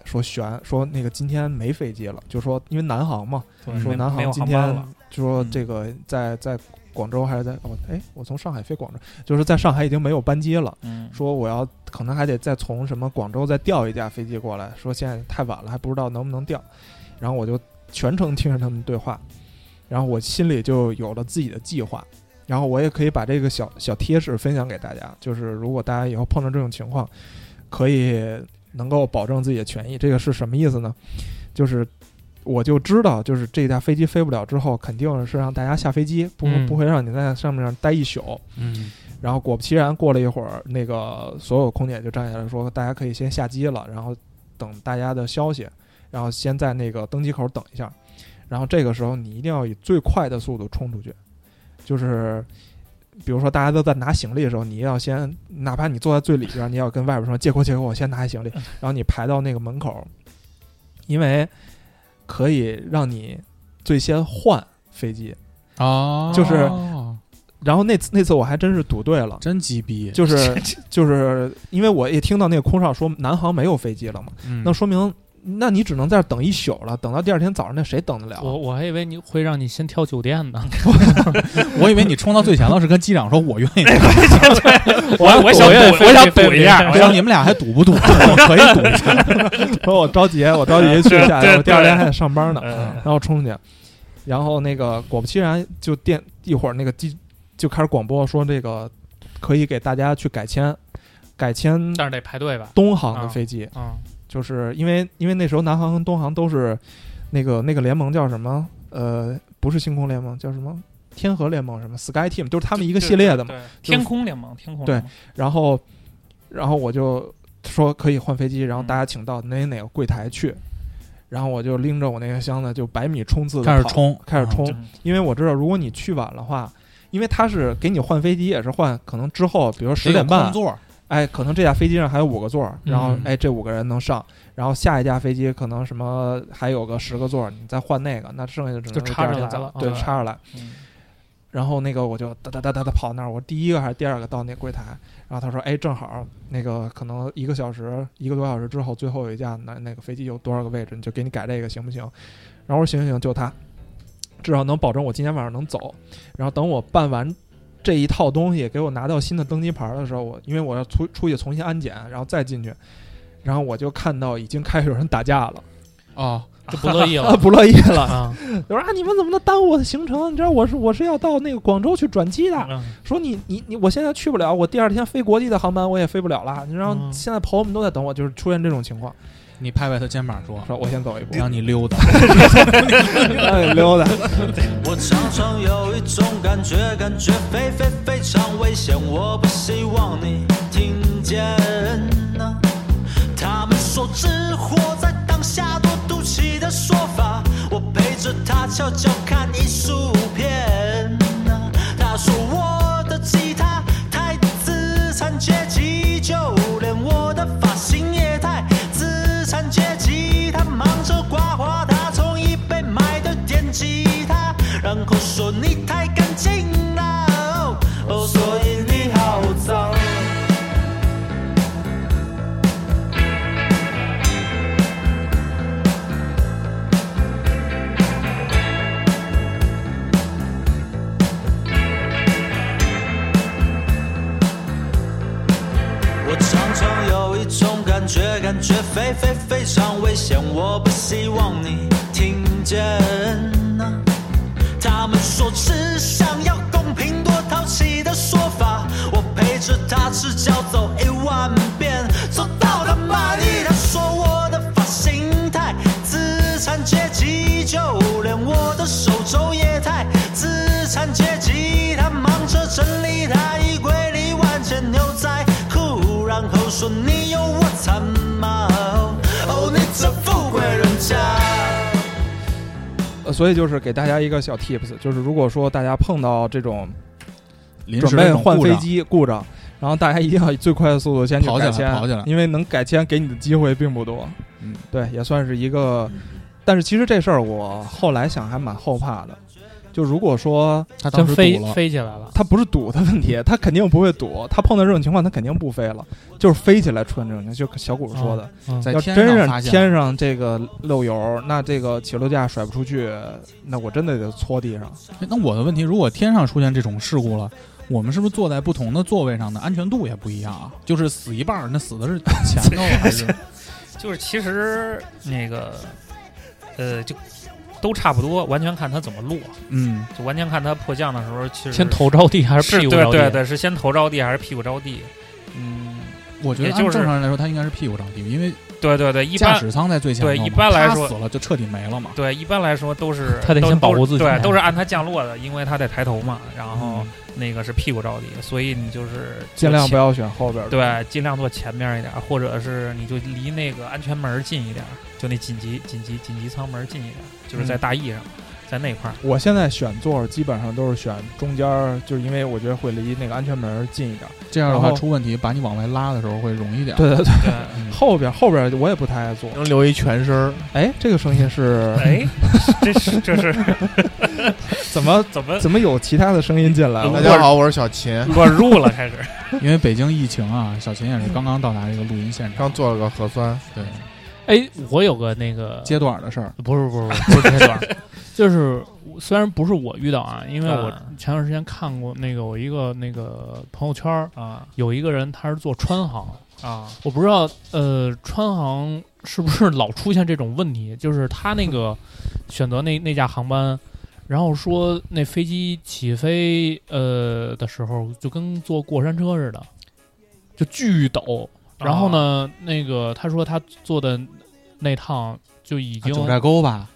说悬说那个今天没飞机了，就说因为南航嘛，对说嗯没南没航有今航班天了，就说嗯这个在在广州还是在哦哎我从上海飞广州，就是在上海已经没有班机了。嗯，说我要可能还得再从什么广州再调一架飞机过来，说现在太晚了，还不知道能不能调。然后我就全程听着他们对话，然后我心里就有了自己的计划。然后我也可以把这个小小贴士分享给大家，就是如果大家以后碰到这种情况，可以能够保证自己的权益。这个是什么意思呢？就是我就知道，就是这架飞机飞不了之后，肯定是让大家下飞机，不、嗯不会让你在上面待一宿。嗯，然后果不其然，过了一会儿，那个所有空姐就站起来说：“大家可以先下机了，然后等大家的消息。”然后先在那个登机口等一下，然后这个时候你一定要以最快的速度冲出去，就是。比如说，大家都在拿行李的时候，你要先，哪怕你坐在最里边，你也要跟外边说：“借过，借过，我先拿行李。”然后你排到那个门口，因为可以让你最先换飞机。啊，就是然后那次那次我还真是赌对了，真鸡 逼，就是 就是因为我也听到那个空少说南航没有飞机了嘛，嗯那说明那你只能在这儿等一宿了，等到第二天早上那谁等得了？啊我我还以为你会让你先挑酒店 呢，我以为你冲到最前头是跟机长说，我愿 意，我我想我也赌我想非赌一下，我我说想你们俩还赌 不赌？我可以赌一下。说 我着急，我着急去下来， 对我第二天还得上班呢，嗯然后冲去，然后那个果不其然就电一会儿那个机就开始广播说这个可以给大家去改签，改签但是得排 队吧？东航啊的飞机，啊，就是因为因为那时候南航跟东航都是那个那个联盟叫什么？呃，不是星空联盟，叫什么？天河联盟什么 Sky Team，就是他们一个系列的嘛。对天空联盟，天空对联盟然后，然后我就说可以换飞机，然后大家请到哪哪个柜台去。然后我就拎着我那个箱子，就百米冲刺的开始，冲，啊开始冲嗯，因为我知道如果你去晚的话，因为他是给你换飞机也是换，可能之后比如十得有点半空，座，哎，可能这架飞机上还有五个座儿，然后嗯哎这五个人能上，然后下一架飞机可能什么还有个十个座儿，你再换那个，那剩下就只能就是插第二着天来早了对，啊插着来。嗯然后那个我就哒哒哒哒哒跑那儿，我第一个还是第二个到那柜台，然后他说哎正好那个可能一个小时一个多小时之后最后一架那那个飞机有多少个位置，你就给你改这个行不行？然后我说行行行，就他，至少能保证我今天晚上能走。然后等我办完这一套东西，给我拿到新的登机牌的时候，我因为我要出出去重新安检，然后再进去，然后我就看到已经开始有人打架了，啊，就不乐意啊 了不乐意 了，啊！就说啊你们怎么能耽误我的行程？你知道我是我是要到那个广州去转机的，嗯说你你你我现在去不了，我第二天飞国际的航班我也飞不了了，你知道嗯现在朋友们都在等我，就是出现这种情况，你拍拍他肩膀说，说我先走一 步，让你溜达。哎溜达。我常常有一种感觉，感觉非非非常危险，我不希望你听见呐。他们说只活在当下，多赌气的说法，我陪着他悄悄看艺术片呐。他说我的吉他太资产阶级，就连我的发型也太资产阶级。他忙着刮花，他从一被买的电吉他，然后说你太干净了，哦哦，所以你好脏。我常常有一种感觉，感觉非非非常危险，我不希望你听见呐、他们说只想要公平多淘气的说法，我陪着他赤脚走一万遍，走到他妈的！他说我的发型太资产阶级，就连我的手肘也太资产阶级。他忙着整理他衣柜里万千牛仔裤，然后说你有我惨吗？哦，你这富贵人家。呃， 所以就是给大家一个小 tips，就是如果说大家碰到这种临准时备这种换故飞障，机故障，然后大家一定要以最快的速度先去跑起来改签跑起来，因为能改签给你的机会并不多。嗯，对，也算是一个。但是其实这事儿我后来想还蛮后怕的，就如果说他真当时飞堵了，飞起来了，他不是赌的问题，他肯定不会赌，他碰到这种情况他肯定不飞了，就是飞起来出现这种情况，就小谷说的，嗯哦在要天真上是发现天上这个漏油，那这个起落架甩不出去，那我真的得搓地上。哎那我的问题，如果天上出现这种事故了，我们是不是坐在不同的座位上的安全度也不一样啊？就是死一半儿，那死的是前头啊还 是就是其实那个呃就都差不多，完全看他怎么落，嗯？就完全看他迫降的时候，其实先头着地还是是屁股对着对地？对，是先头着地还是屁股着地？嗯，我觉得也就是按正常人来说，他应该是屁股着地，因为对对对，一驾般驶舱在最前头嘛，对一般来说他死了就彻底没了嘛。对一般来说都是 他得都先保护都自己啊嗯对，都是按他降落的，因为他得抬头嘛，然后那个是屁股着地，所以你就是尽量前不要选后边儿的。对，尽量坐前面一点，或者是你就离那个安全门儿近一点，就那紧急紧急紧急舱门儿近一点，就是嗯在大 E 翼上，在那 块儿。我现在选座儿基本上都是选中间儿，就是因为我觉得会离那个安全门儿近一点儿。这样的话然后出问题，把你往外拉的时候会容易啊点。，对对对，对，后边后边我也不太爱坐。能留一全身儿，哎，这个声音是 哎，这是这是怎么怎么怎么有其他的声音进来大了？家好，我是小秦，乱入了？开始 因为北京疫情啊，小秦也是刚刚到达这个录音现场刚，做了个核酸，对哎，我有个那个接段儿的事儿，不是不是不 是这段儿，就是我虽然不是我遇到啊，因为我嗯前段时间看过那个我一个那个朋友圈儿啊有一个人他是做川航，啊我不知道呃川航是不是老出现这种问题，就是他那 个选择那那架航班。然后说那飞机起飞呃的时候就跟坐过山车似的，就巨陡。然后哦呢，那个他说他坐的那趟就已经九寨沟吧。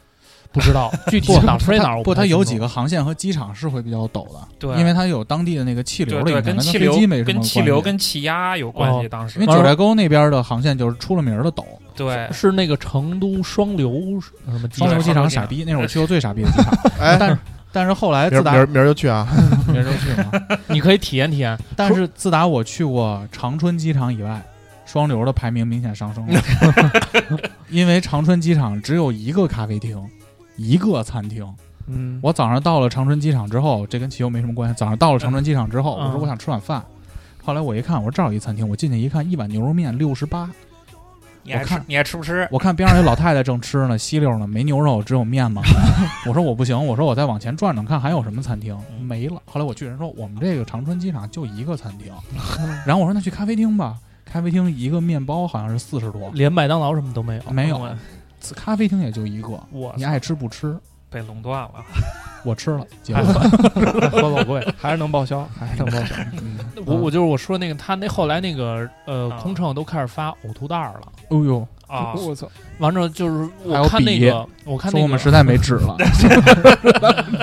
不知 道具体是哪儿飞哪儿，不，我太它清有楚几个航线和机场是会比较陡的，对因为它有当地的那个气流对的对，影响，跟它气飞流机没什么跟关气系。流跟气压有关系，哦当时因为九寨沟那边的航线就是出了名儿的陡，对是那个成都双流什么机双场流机场哎傻逼，那是我去过最傻逼的 机场。但是但是后来明自儿明打儿明儿就去啊，别人都去嘛，你可以体验体验。 但是自打我去过长春机场以外，双流的排名明显上升了， 因为长春机场只有一个咖啡厅，一个餐厅。嗯， 我早上到了长春机场之后，这跟汽油没什么关系。早上到了长春机场之后，嗯我说我想吃碗饭，后来我一看，我说这儿有一餐厅，我进去一看，一碗牛肉面六十八。你还我吃看你还吃不吃？我看边上有老太太正吃呢，吸溜呢，没牛肉，只有面嘛。 我说我不行，我说我再往前转转看还有什么餐厅，嗯没了。后来我去人说我们这个长春机场就一个餐厅，嗯然后我说那去咖啡厅吧，咖啡厅一个面包好像是四十多，连麦当劳什么都没有，嗯没有我，咖啡厅也就一个，我你爱吃不吃，被垄断了。我吃了，结果不不贵，还是能报 销，还是能报销。 嗯我我就是我说那个他那后来那个呃啊空乘都开始发呕吐袋儿了，哦呦，啊，哎我操，完了就是还我有看那笔个我看说那我们实个在没纸了，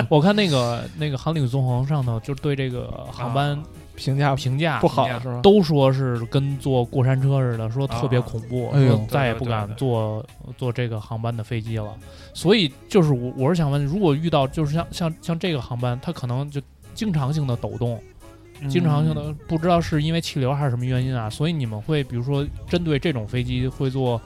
我看那个那个航领纵横上头就对这个航班评啊价评价不好评价是吧？都说是跟坐过山车似的，说特别啊恐怖，哎呦说再也不敢对对对坐坐这个航班的飞机了。所以就是我我是想问，如果遇到就是像像像这个航班，它可能就经常性的抖动， 经常性嗯的不知道是因为气流还是什么原因啊，所以你们会比如说针对这种飞机会做。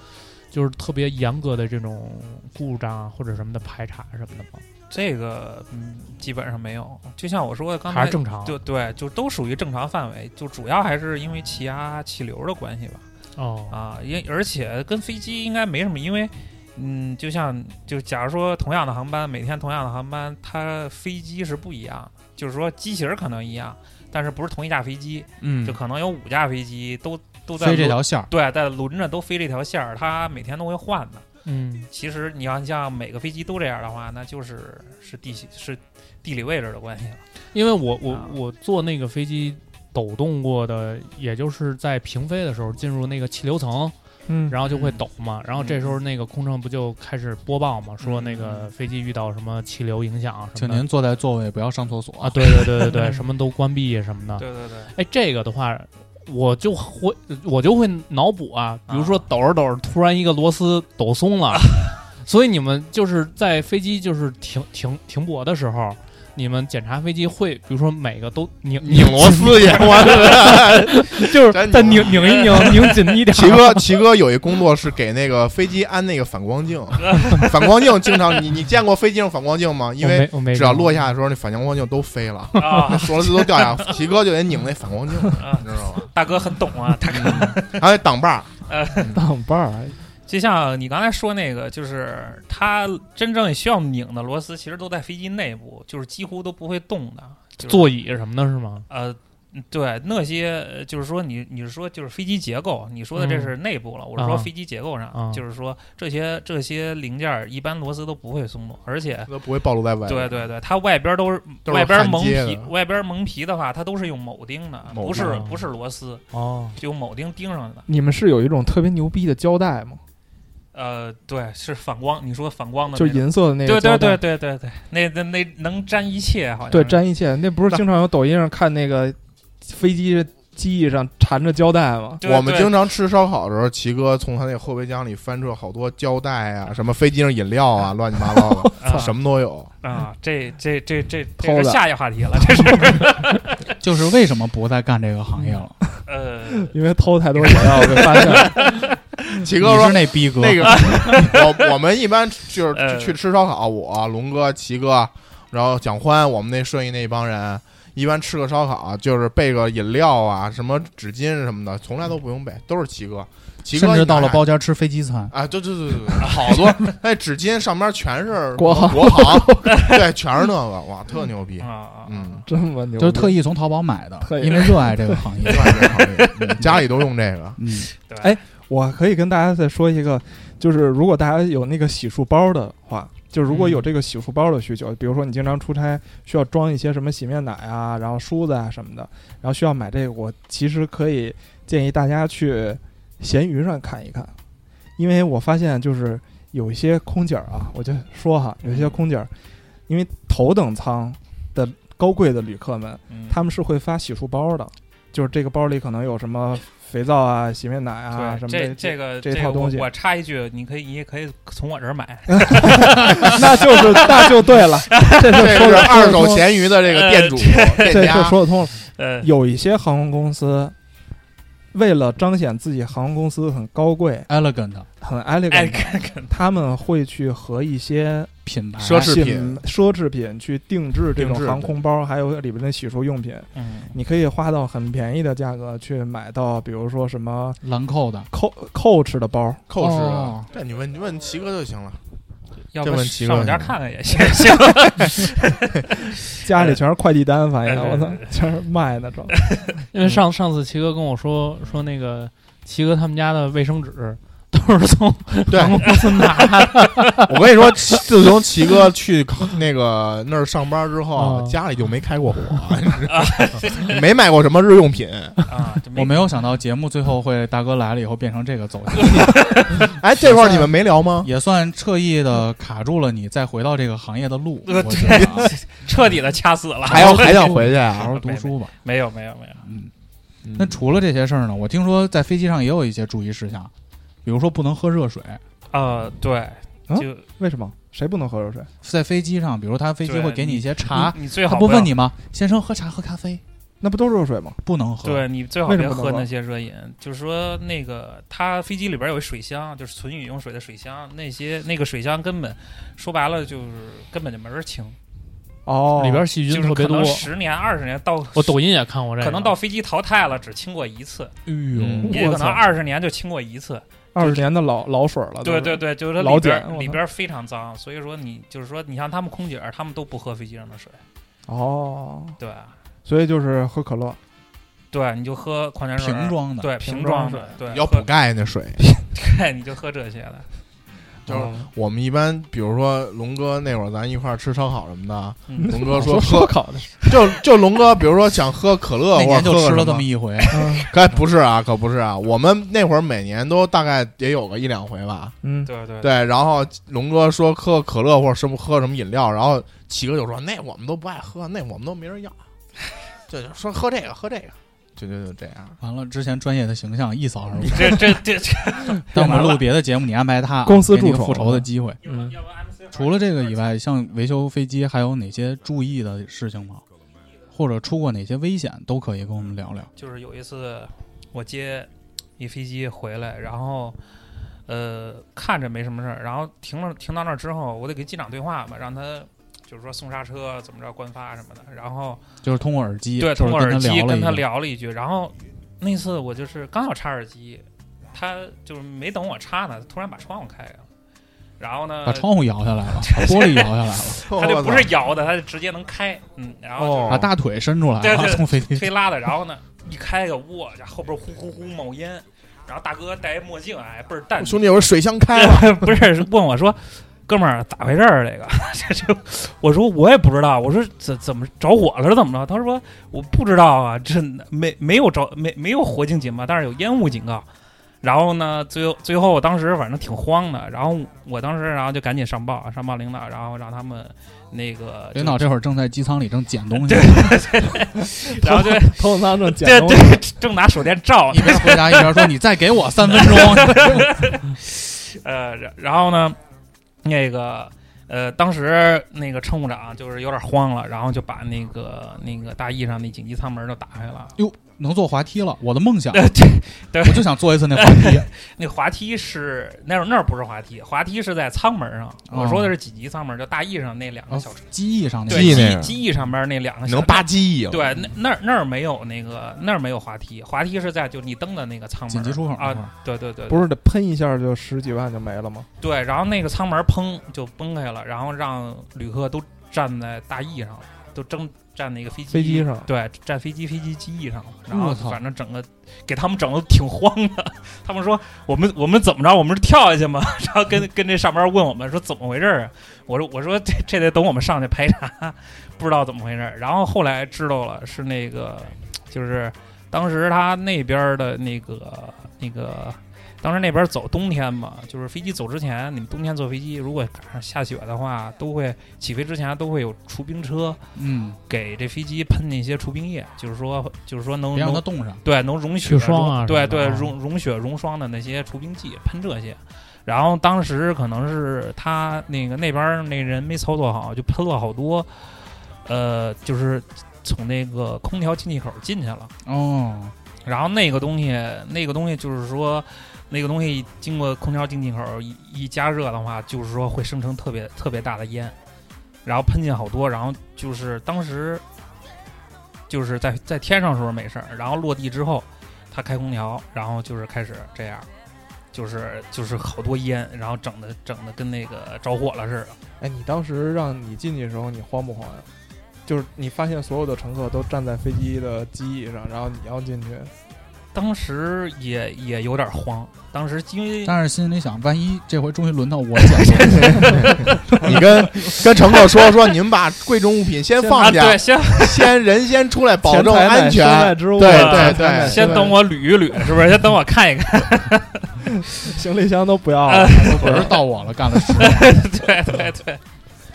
就是特别严格的这种故障啊，或者什么的排查什么的吗？这个嗯，基本上没有。就像我说的，刚还才是正常？啊就对，就都属于正常范围，就主要还是因为气压、气流的关系吧。哦，啊，因而且跟飞机应该没什么，因为嗯，就像就假如说同样的航班，每天同样的航班，它飞机是不一样，就是说机型儿可能一样，但是不是同一架飞机，嗯就，可能有五架飞机都都在飞这轮条线儿，对，在轮着都飞这条线儿，它每天都会换的。嗯，其实你要像每个飞机都这样的话，那就是是地形是地理位置的关系了。因为我我、啊我坐那个飞机抖动过的，也就是在平飞的时候进入那个气流层，嗯，然后就会抖嘛。然后这时候那个空乘不就开始播报嘛，说那嗯个嗯飞机遇到什么气流影响什请么的您坐在座位，不要上厕所啊，。对对对对对，什么都关闭什 啊么的。对对对，哎，这个的话。我就会我就会脑补啊，比如说抖着抖着，突然一个螺丝抖松了，所以你们就是在飞机就是停停停泊的时候，你们检查飞机会，比如说每个都拧拧螺丝去。我就是咱拧再拧拧 一哎拧，拧紧一点儿。奇哥， 奇哥有一工作是给那个飞机安那个反 光镜，反光镜经常你你见过飞机上反光镜吗？因为我没我没只要落下的时候，那反光镜都飞了，啊说了字都掉下来，奇哥就得拧那反光镜，啊你知道吗？大哥很懂啊，大哥。还有挡把儿， 当伴儿，哎就像你刚才说那个，就是它真正需要拧的螺丝，其实都在飞机内部，就是几乎都不会动的。就是座椅什么的，是吗？呃，对，那些呃就是说你你是说就是飞机结构，你说的这是内部了，我是说嗯啊飞机结构上，啊就是说这些这些零件儿一般螺丝都不会松动，而且。都不会暴露在外。对，对对，它外边都是都是外边蒙焊接皮的，外边蒙皮的话，它都是用铆钉的，铆啊不是钉不是螺丝，哦，就用铆钉钉上的。你们是有一种特别牛逼的胶带吗？呃，对，是反光，你说反光的就那种，银色的那个对胶对带对对对对，那那那能粘一切，好像对是粘一切，那不是经常有抖音上看那个飞机机翼上缠着胶带吗？对我们对经常吃烧烤的时候，齐哥从他那个后备箱里翻出好多胶带啊，什么飞机上饮料啊，乱七八糟的，啊什么都有。啊，这这这这偷这是的下一话题了，这是就是为什么不再干这个行业了？ 呃，因为偷太多饮料被发现 了，嗯齐你哥说是那逼哥，那 个，我我们一般就是呃去去吃烧烤，我龙哥、齐哥，然后蒋欢，我们那顺义那帮人，一般吃个烧烤啊就是备个饮料啊，什么纸巾什么的，从来都不用备，都是齐哥。齐哥甚至到了包包间吃飞机餐，啊，对对对对，对好多那纸巾上面全是国航国航，对，全是那个，哇，特牛逼啊，啊，嗯。这么牛逼，就是特意从淘宝买的特，意因为热爱这个 行业。外面行业嗯家里都用这个，嗯，我可以跟大家再说一个，就是如果大家有那个洗漱包的话，就如果有这个洗漱包的需求，比如说你经常出差需要装一些什么洗面奶啊，然后梳子啊什么的，然后需要买这个，我其实可以建议大家去闲鱼上看一看，因为我发现就是有一些空姐儿啊，我就说哈，有一些空姐儿，因为头等舱的高贵的旅客们，嗯他们是会发洗漱包的，就是这个包里可能有什么肥皂啊、洗面奶啊什对，么的。这这个这个套东西我我插一句，你可以，你也可以从我这儿买，那 就是那就对了，这这是说是的二手，啊闲鱼的这个店主这店就家，说得通了。呃，有一些航空公司为了彰显自己航空公司很高贵、 elegant 很哎， elegant，看看，他们会去和一些品牌奢侈品品奢侈品去定制这种定制航空包，还有里边的洗漱用品，嗯，你可以花到很便宜的价格去买到，比如说什么兰蔻的， Co Coach 的包，扣是哦吧？这你问你问齐哥就行了。要这不问齐上哥我家是吗看看也行行，家里全是快递单，反正哎我操对对，全是卖那 种。因为上上次齐哥跟我说说那个齐哥他们家的卫生纸都是从对航空公司拿的， 我跟你说，齐自从齐哥去那个那儿上班之后，嗯家里就没开过火，没买过什么日用品。啊，就我没有想到节目最后会大哥来了以后变成这个走向，哎，这块儿你们没 聊吗？也算彻夜的卡住了你再回到这个行业的路。呃我觉得啊，彻底的掐死了，还要还想回去 好啊？好读书吧。没有没有没有，嗯，嗯那除了这些事儿呢，我听说在飞机上也有一些注意事项，比如说不能喝热水。呃，对，啊就为什么？谁不能喝热水？在飞机上，比如他飞机对会给你一些啊茶，你你最他好不要问，你吗？先生，喝茶喝咖啡那不都是热水吗？不能喝。，对你最好为什别么不喝能那喝些热饮，就是说那个它飞机里边有一水箱，就是存饮用水的水箱，那些那个水箱根本说白了就是根本就没人清，哦，里边细菌就是哎特别可多能。十年二十年到我抖音也看过这个，可能到飞机淘汰了，只清过一次，哎嗯呦，也可我能操二十年就清过一次。二十年的老老水了。对都对是，对，就是它老里茧我边操里边非常脏，所以说你就是说你像他们空姐儿，他们都不喝飞机上的水，哦，对所以就是喝可 乐，对，你就喝矿泉水儿，瓶装的。对瓶瓶装装的，对，要喝补钙那水。对， 你就喝这些嗯的，就是我们一般，比如说龙哥那会儿，咱一块儿吃烧烤什么的。嗯龙哥说说烧喝，烤的，就就龙哥，比如说想喝可 乐，那或者年就喝个吃了什这么一 回，可不是啊，可不是啊，我们那会儿每年都大概也有个一两回吧。嗯，对对对对，然后龙哥说喝可乐或者什么喝什么饮料，然后齐哥就说那我们都不爱喝，那我们都没人要， 就就说喝这个喝这个，就就就这样。完了之前专业的形象一扫而 你空。这这这 这，但我们录别的节目，你安排他啊公司给你个助手复仇的机会。嗯要不 MC 除了这个以外，像维修飞机还有哪些注意的事情吗？或者出过哪些危险都可以跟我们聊聊。就是有一次我接一飞机回来，然后呃看着没什么事儿，然后停了停到那儿之后，我得跟机长对话嘛，让他就是说送刹车怎么着关发什么的，然后就是通过耳机，对就是通过跟耳他机聊了跟一他下。聊了一句，然后那次我就是刚要插耳机，他就是没等我插呢，突然把窗户开开了，然后呢把窗啊户摇下 来了，把玻璃摇下来了，他就不是摇的，他就直接能开，嗯，然后哦把大腿伸出来对了，对从飞机推拉的，然后呢，一开个窝，然后后边呼呼呼冒烟，然后大哥戴一墨镜，哎，倍儿淡定。兄弟，我水箱开 了， 不是是问我说，哥们儿咋回事儿？啊这个 这这，我说我也不知道，我说怎怎么着火了是怎么着？他说我不知道啊，这没没有着没没有火警警报，但是有烟雾警告。然后呢，最后最后我当时反正挺慌的，然后我当时然后就赶紧上报上报领导，然后让他们那个领导这会儿正在机舱里正捡东西，然 后就头等舱正捡这东西，这正拿手电 照一边回答一边说：“你再给我三分钟。 呃，然然后呢，那个呃，当时那个乘务长就是有点慌了，然后就把那个那个大衣上那紧急舱门就打开了。”能坐滑梯了，我的梦想， 对对对我就想坐一次那 滑梯。那滑梯是那会儿那儿不是滑梯，滑梯是在舱门上。哦我说的是紧急舱门，就大翼上那两个小车，记忆上哦那记忆个，对，那机个机翼上边那两个小能扒机翼了。对，那那儿那儿没有那个那儿没有滑梯，滑梯是在就你登的那个舱门紧急出口那会儿啊，对对对，不是得喷一下就十几万就没了吗？对，然后那个舱门砰就崩开了，然后让旅客都站在大翼上了，都争站那个飞机飞机上对，站飞机飞机机翼上了，然后我操反正整个给他们整的挺慌的。他们说我们我们怎么着？我们是跳下去吗？ 然后跟跟这上边问我们说怎么回事儿啊？我说我说这这得等我们上去排查，不知道怎么回事儿。然后后来知道了是那个就是当时他那边的那个那个。当时那边走冬天嘛，就是飞机走之前，你们冬天坐飞机，如果赶上下雪的话，都会起飞之前都会有除冰车，嗯，给这飞机喷那些除冰液，就是说，就是说能别让它能冻上。对能溶雪去霜啊溶对什么对的啊溶溶雪溶霜的那些除冰剂，喷这些。然后当时可能是他那个那边儿那人没操作好，就喷了好多，呃，就是从那个空调进气口进去了。哦，然后那个东西，那个东西就是说，那个东西经过空调进气口一一加热的话，就是说会生成特别特别大的烟，然后喷进好多，然后就是当时就是在在天上的时候没事儿，然后落地之后，他开空调，然后就是开始这样，就是就是好多烟，然后整的整的跟那个着火了似的。哎，你当时让你进去的时候，你慌不慌呀？就是你发现所有的乘客都站在飞机的机翼上，然后你要进去，当时也也有点慌，当时因为 但是心里想，万一这回终于轮到我捡了， 你 跟跟乘客说说，您把贵重物品先啊，放对，下， 先先人先出来，保证钱财乃安全身。外之物对啊对钱财乃对先身外等我捋一捋，是不是？先等我看一看。行李箱都不要了，可是到我了，干了十年。 对对对，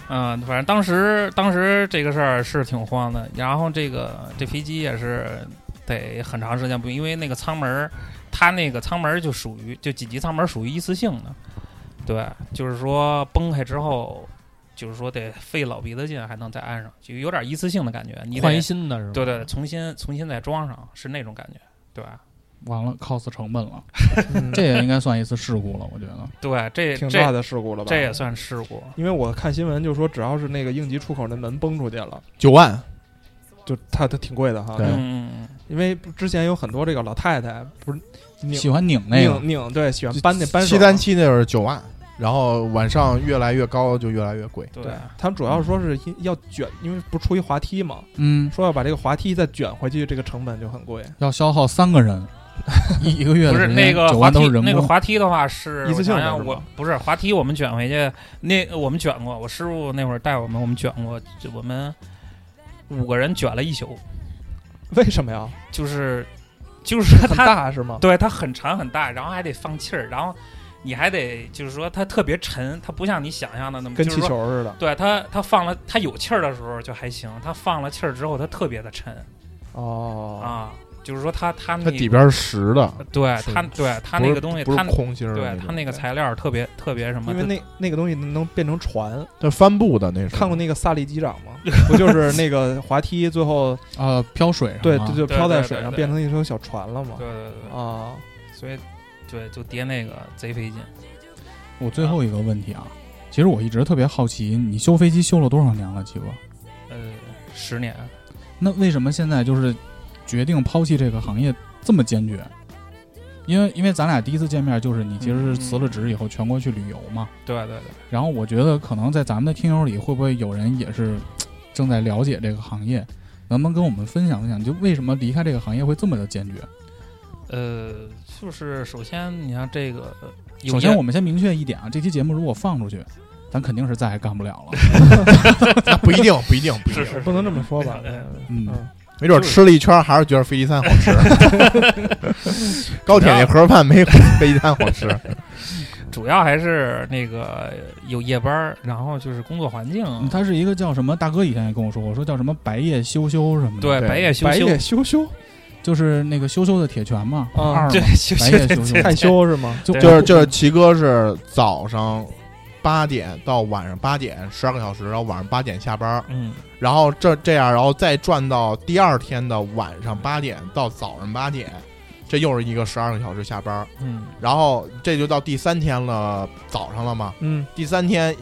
嗯，反正当时当时这个事儿是挺慌的，然后这个这飞机也是得很长时间不，因为那个舱门儿，它那个舱门儿就属于就紧急舱门儿属于一次性的，对，就是说崩开之后，就是说得费老鼻子劲还能再安上，就有点一次性的感觉，你得换一新的是吧？对对，重新重新再装上是那种感觉，对吧？完了，cos 成本了，嗯这也应该算一次事故了，我觉得。对，这挺大这的事故了吧？这也算事故，因为我看新闻就说，只要是那个应急出口那门崩出去了，九万，就它它挺贵的哈。对嗯。嗯嗯因为之前有很多这个老太太不是拧喜欢拧那个，拧拧对喜欢搬那扳手七三七那会儿九万，然后往上越来越高就越来越贵。对对，他们主要说是因要卷，因为不出一滑梯嘛，嗯，说要把这个滑梯再卷回去，这个成本就很贵。要消耗三个 人，一一个月不的是时那间个九滑万梯都是人，那个工。滑梯的话是一次性我的想是想吧我不是滑梯，我们卷回去，那我们卷过，我师傅那会儿带我们，我们卷过，就我们五个人卷了一宿，为什么呀？就是就是说很它，大是吗？ 对它很长很大，然后还得放气儿，然后你还得就是说它特别沉，它不像你想象的那么，跟就气是说球似的。对它它放了它有气儿的时候就还行，它放了气儿之后它特别的沉哦，啊，就是说它它那它底边儿实的，对是它对它不那是个东西不是它。空心儿的对种，它那个材料儿特别特别什么，因为它那那个东西能变成船，它帆布的那是看过那个萨利机长吗？ 不就是那个滑梯最后呃，飘水上对啊就就对飘在对水对上对变成一艘小船了吗？对对对，啊，所以对就叠那个贼费劲。我最后一个问题啊，其实我一直特别好奇，你修飞机修了多少年了，奇哥？呃，十年，那为什么现在就是决定抛弃这个行业这么坚决？因为因为咱俩第一次见面就是你其实是辞嗯了职以后全国去旅游嘛，对对对，然后我觉得可能在咱们的听友里会不会有人也是正在了解这个行业，能不能跟我们分享分享，就为什么离开这个行业会这么的坚决？呃，就是首先你像这个，呃有首些先我们先明确一点啊，这期节目如果放出去，咱肯定是再也干不了了。 不一定，不一定，不一定。 是是不能这么说吧？嗯嗯，没准吃了一圈还是觉得飞机餐好吃。高铁那盒饭没飞机餐好吃。主要还是那个有夜班儿，然后就是工作环境，嗯他是一个叫什么大哥，以前也跟我说过，说叫什么白夜羞羞什么的，对对白夜羞白羞，夜羞羞，就是那个羞羞的铁拳嘛，啊二嘛对羞白羞夜羞羞，害羞是吗？就 就是就是 齐哥是早上八点到晚上八点十二个小时，然后晚上八点下班，嗯，然后这这样，然后再转到第二天的晚上八点到早上八点，这又是一个十二个小时下班，嗯，然后这就到第三天了，早上了嘛，嗯，第三天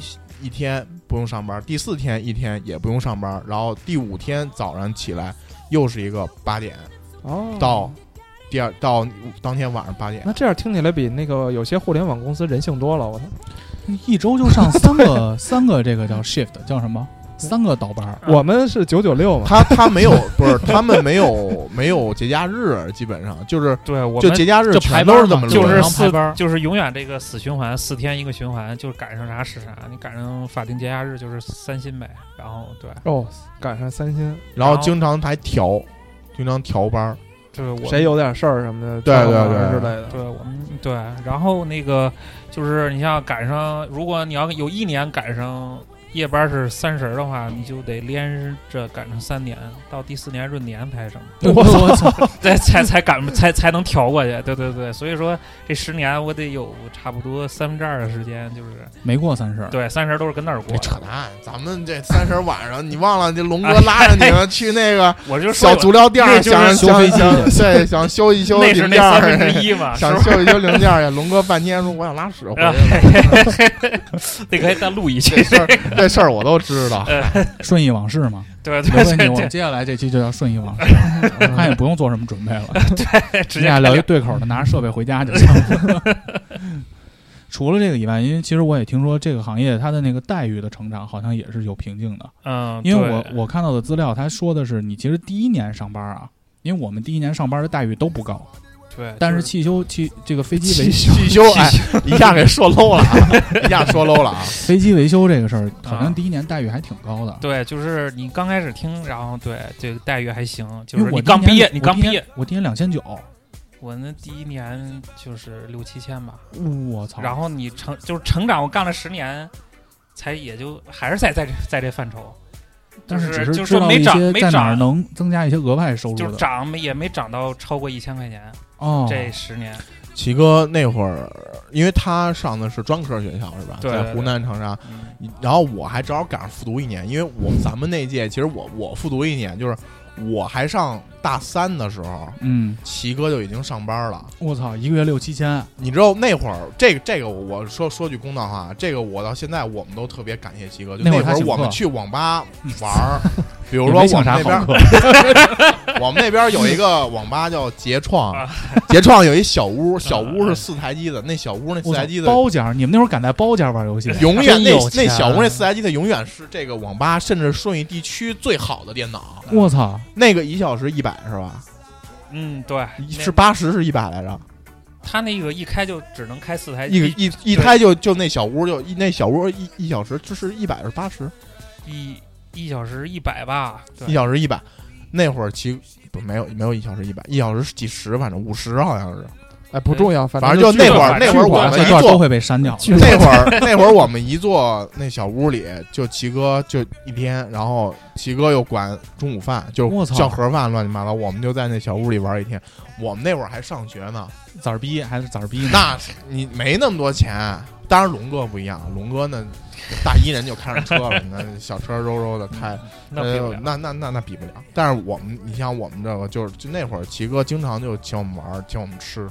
一天不用上班，第四天一天也不用上班，然后第五天早上起来又是一个八点哦，到第二到当天晚上八点，那这样听起来比那个有些互联网公司人性多了，我操！一周就上三个 三个这个叫 shift 叫什么？三个倒班儿，我们是九九六嘛，他他没有，不是他们没有没有节假日，基本上就是对我就们节假日就排班全都是嘛这么就轮是的上排四班儿就是永远这个死循环，四天一个循环，就是赶上啥是啥，你赶上法定节假日就是三薪呗，然后对，哦，赶上三星，然后经常还调，经常调班儿。就是我谁有点事儿什么的，对上对网啊对之类的，对我们对，然后那个就是你像赶上，如果你要有一年赶上夜班是三十的话，你就得连着赶上三年，到第四年闰年才 什么，我操！对，才才赶才才能调过去，对对对，所以说这十年我得有差不多三分之二的时间，就是没过三十，对三十都是跟那儿过别哎的，扯淡，咱们这三十晚上，你忘了这哎龙哥拉着你们去那个我就说小足疗店儿，那就是想修想飞机想 对想修一修那是零那件三 分儿，之一嘛，是想吧？修一修零件儿去。龙哥半天说我想拉屎回来了，得可以再录一期这，事儿这事儿我都知道。顺忆往事嘛。对没对问题，对我们对接下来这期就叫顺义往 事，他也不用做什么准备了，对，直你接俩开聊一聊对口的，拿着设备回家就行了。 除了这个以外，因为其实我也听说这个行业它的那个待遇的成长好像也是有瓶颈的， 嗯，因为对我我看到的资料，他说的是你其实第一年上班啊，因为我们第一年上班的待遇都不高，对，但啊就是汽修汽这个飞机维修汽修，哎，一下给说 low 了啊，一下说 low 了 啊。飞机维修这个事儿，好啊像第一年待遇还挺高的。对，就是你刚开始听，然后对这个待遇还行，就因为是我第一你刚年毕业，你刚毕业，，我第一年两千九，我那第一年就是六七千吧，我操！然后你成就是成长，我干了十年，才也就还是在在这在这范畴，但是是只就是知说道没一涨些没在哪儿涨能增加一些额外收入就是的涨也没涨到超过一千块钱，哦，这十年齐哥那会儿，因为他上的是专科学校是吧？对在湖南长沙。嗯然后我还正好赶上复读一年，因为我咱们那届其实我我复读一年，就是我还上大三的时候，嗯，齐哥就已经上班了。我操，一个月六七千，你知道那会儿这个这个我说说句公道话，啊这个我到现在我们都特别感谢齐哥。就那会儿会他儿请我们客嗯去网吧 玩儿，比如也说没我想们啥那边好儿课，我们那边有一个网吧叫杰创啊，杰创有一小屋，小屋是四台机的，那小屋那啊四我操台机的包间儿，你们那会儿敢在包间儿玩游戏？永远那真有那钱小屋那四台机的永远是这个网吧甚至顺义地区最好的电脑，我操，那个一小时一百是吧？嗯对，那是八十是一百来着，呃他那个一开就只能开四台，一个一一开就就那小屋就一那小屋一一小时就是一百是八十，一一小时一百吧，对一小时一百，那会儿其不没有没有一小时一百，一小时是几十反正五十 好像是，哎，不重要，反反正就就那去会吧儿那会儿剧我馆们这一段坐都会被删掉的。去那会儿那会儿我们一坐那小屋里，就齐哥就一天，然后齐哥又管中午饭，就我是操叫盒饭乱七八糟，我们就在那小屋里玩一天。我们那会儿还上学呢，崽儿逼还是崽儿逼呢？那是你没那么多钱。当然龙哥不一样，龙哥那大一人就开上车了，那小车揉揉的开，那哎比不呦了那那那那比不了。但是我们，你像我们这个，就是就那会儿，齐哥经常就请我们玩儿，请我们吃，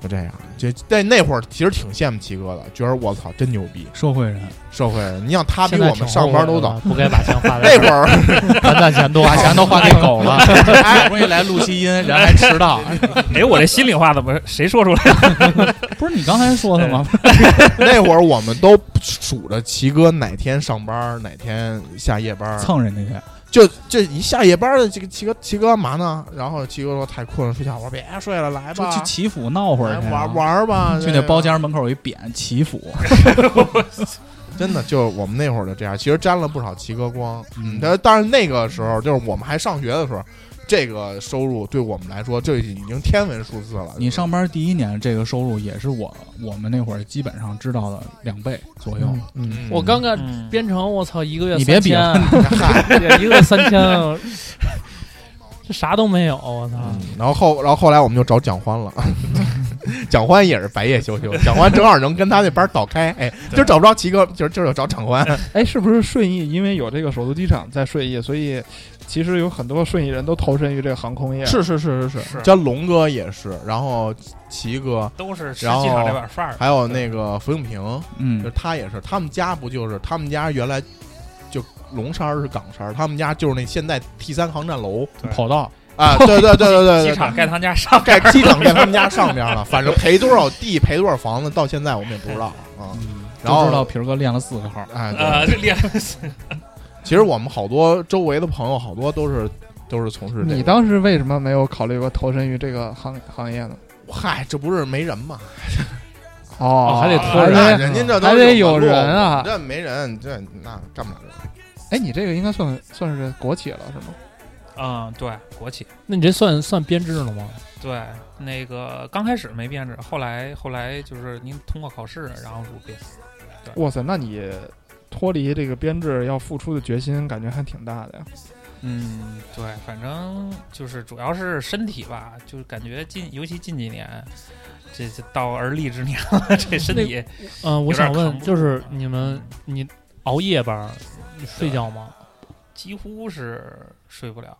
就这样。就但那会儿其实挺羡慕齐哥的，觉得我操真牛逼，社会人，社会人。你想 他比现在我挺们上班后都悔的了，，不早哎该把钱 花那在会儿咱攒钱都把钱都花给狗了，好不容易来录期音，人还迟到。哎，我这心里话怎么谁说出来？ 不是你刚才说的吗？那会儿我们都数着齐哥哪天上班，哪天下夜班，蹭人家去，就这一下夜班的这个齐哥，齐哥干嘛呢？然后齐哥说太困了，睡觉。我说别睡了，来说吧，去祈福闹会来儿去啊，哎玩玩儿吧， 去这那个包间门口有一匾祈福，真的就我们那会儿就这样，其实沾了不少齐哥光。嗯但但是那个时候就是我们还上学的时候，这个收入对我们来说，这已经天文数字了。你上班第一年，这个收入也是我我们那会儿基本上知道的两倍左右。嗯，我刚干嗯编程，我操，一个月你别三千，啊 嗨，一个月三千，啊这啥都没有，我操！然后后然后后来我们就找蒋欢了， 蒋欢也是白夜羞羞，蒋欢正好能跟他那班倒开，哎，今儿找不着齐哥，今儿今儿就找蒋欢，哎，是不是顺义？因为有这个首都机场在顺义，所以其实有很多顺义人都投身于这个航空业。是是是是叫龙哥也是，然后齐哥都是实然后际上这碗饭儿。还有那个冯永平，就嗯是，他也是，他们家不就是他们家原来就龙山儿是港山儿，他们家就是那现在 T 三航站楼跑道啊，对对对对对机对对，场盖他家上盖机场在他们家上边了，反正赔多少地赔多少房子，到现在我们也不知道啊。然都知道后皮儿哥练了四个号，哎，对，呃，这练其实我们好多周围的朋友，好多都是都是从事这你个。当时为什么没有考虑过投身于这个行行业呢？嗨，这不是没人嘛？哦，还得投托人哎人家这都还得是有网络人啊我们这没人，这那干不了。哎，你这个应该算算是国企了是吗？嗯，对，国企，那你这算算编制了吗？对，那个刚开始没编制，后来后来就是您通过考试，然后入编。哇塞，那你脱离这个编制要付出的决心，感觉还挺大的呀。嗯，对，反正就是主要是身体吧，就是感觉近，尤其近几年，这这到而立之年了，这身体嗯、我有点想问扛，不住就是你们你熬夜班，你睡觉吗？几乎是睡不了。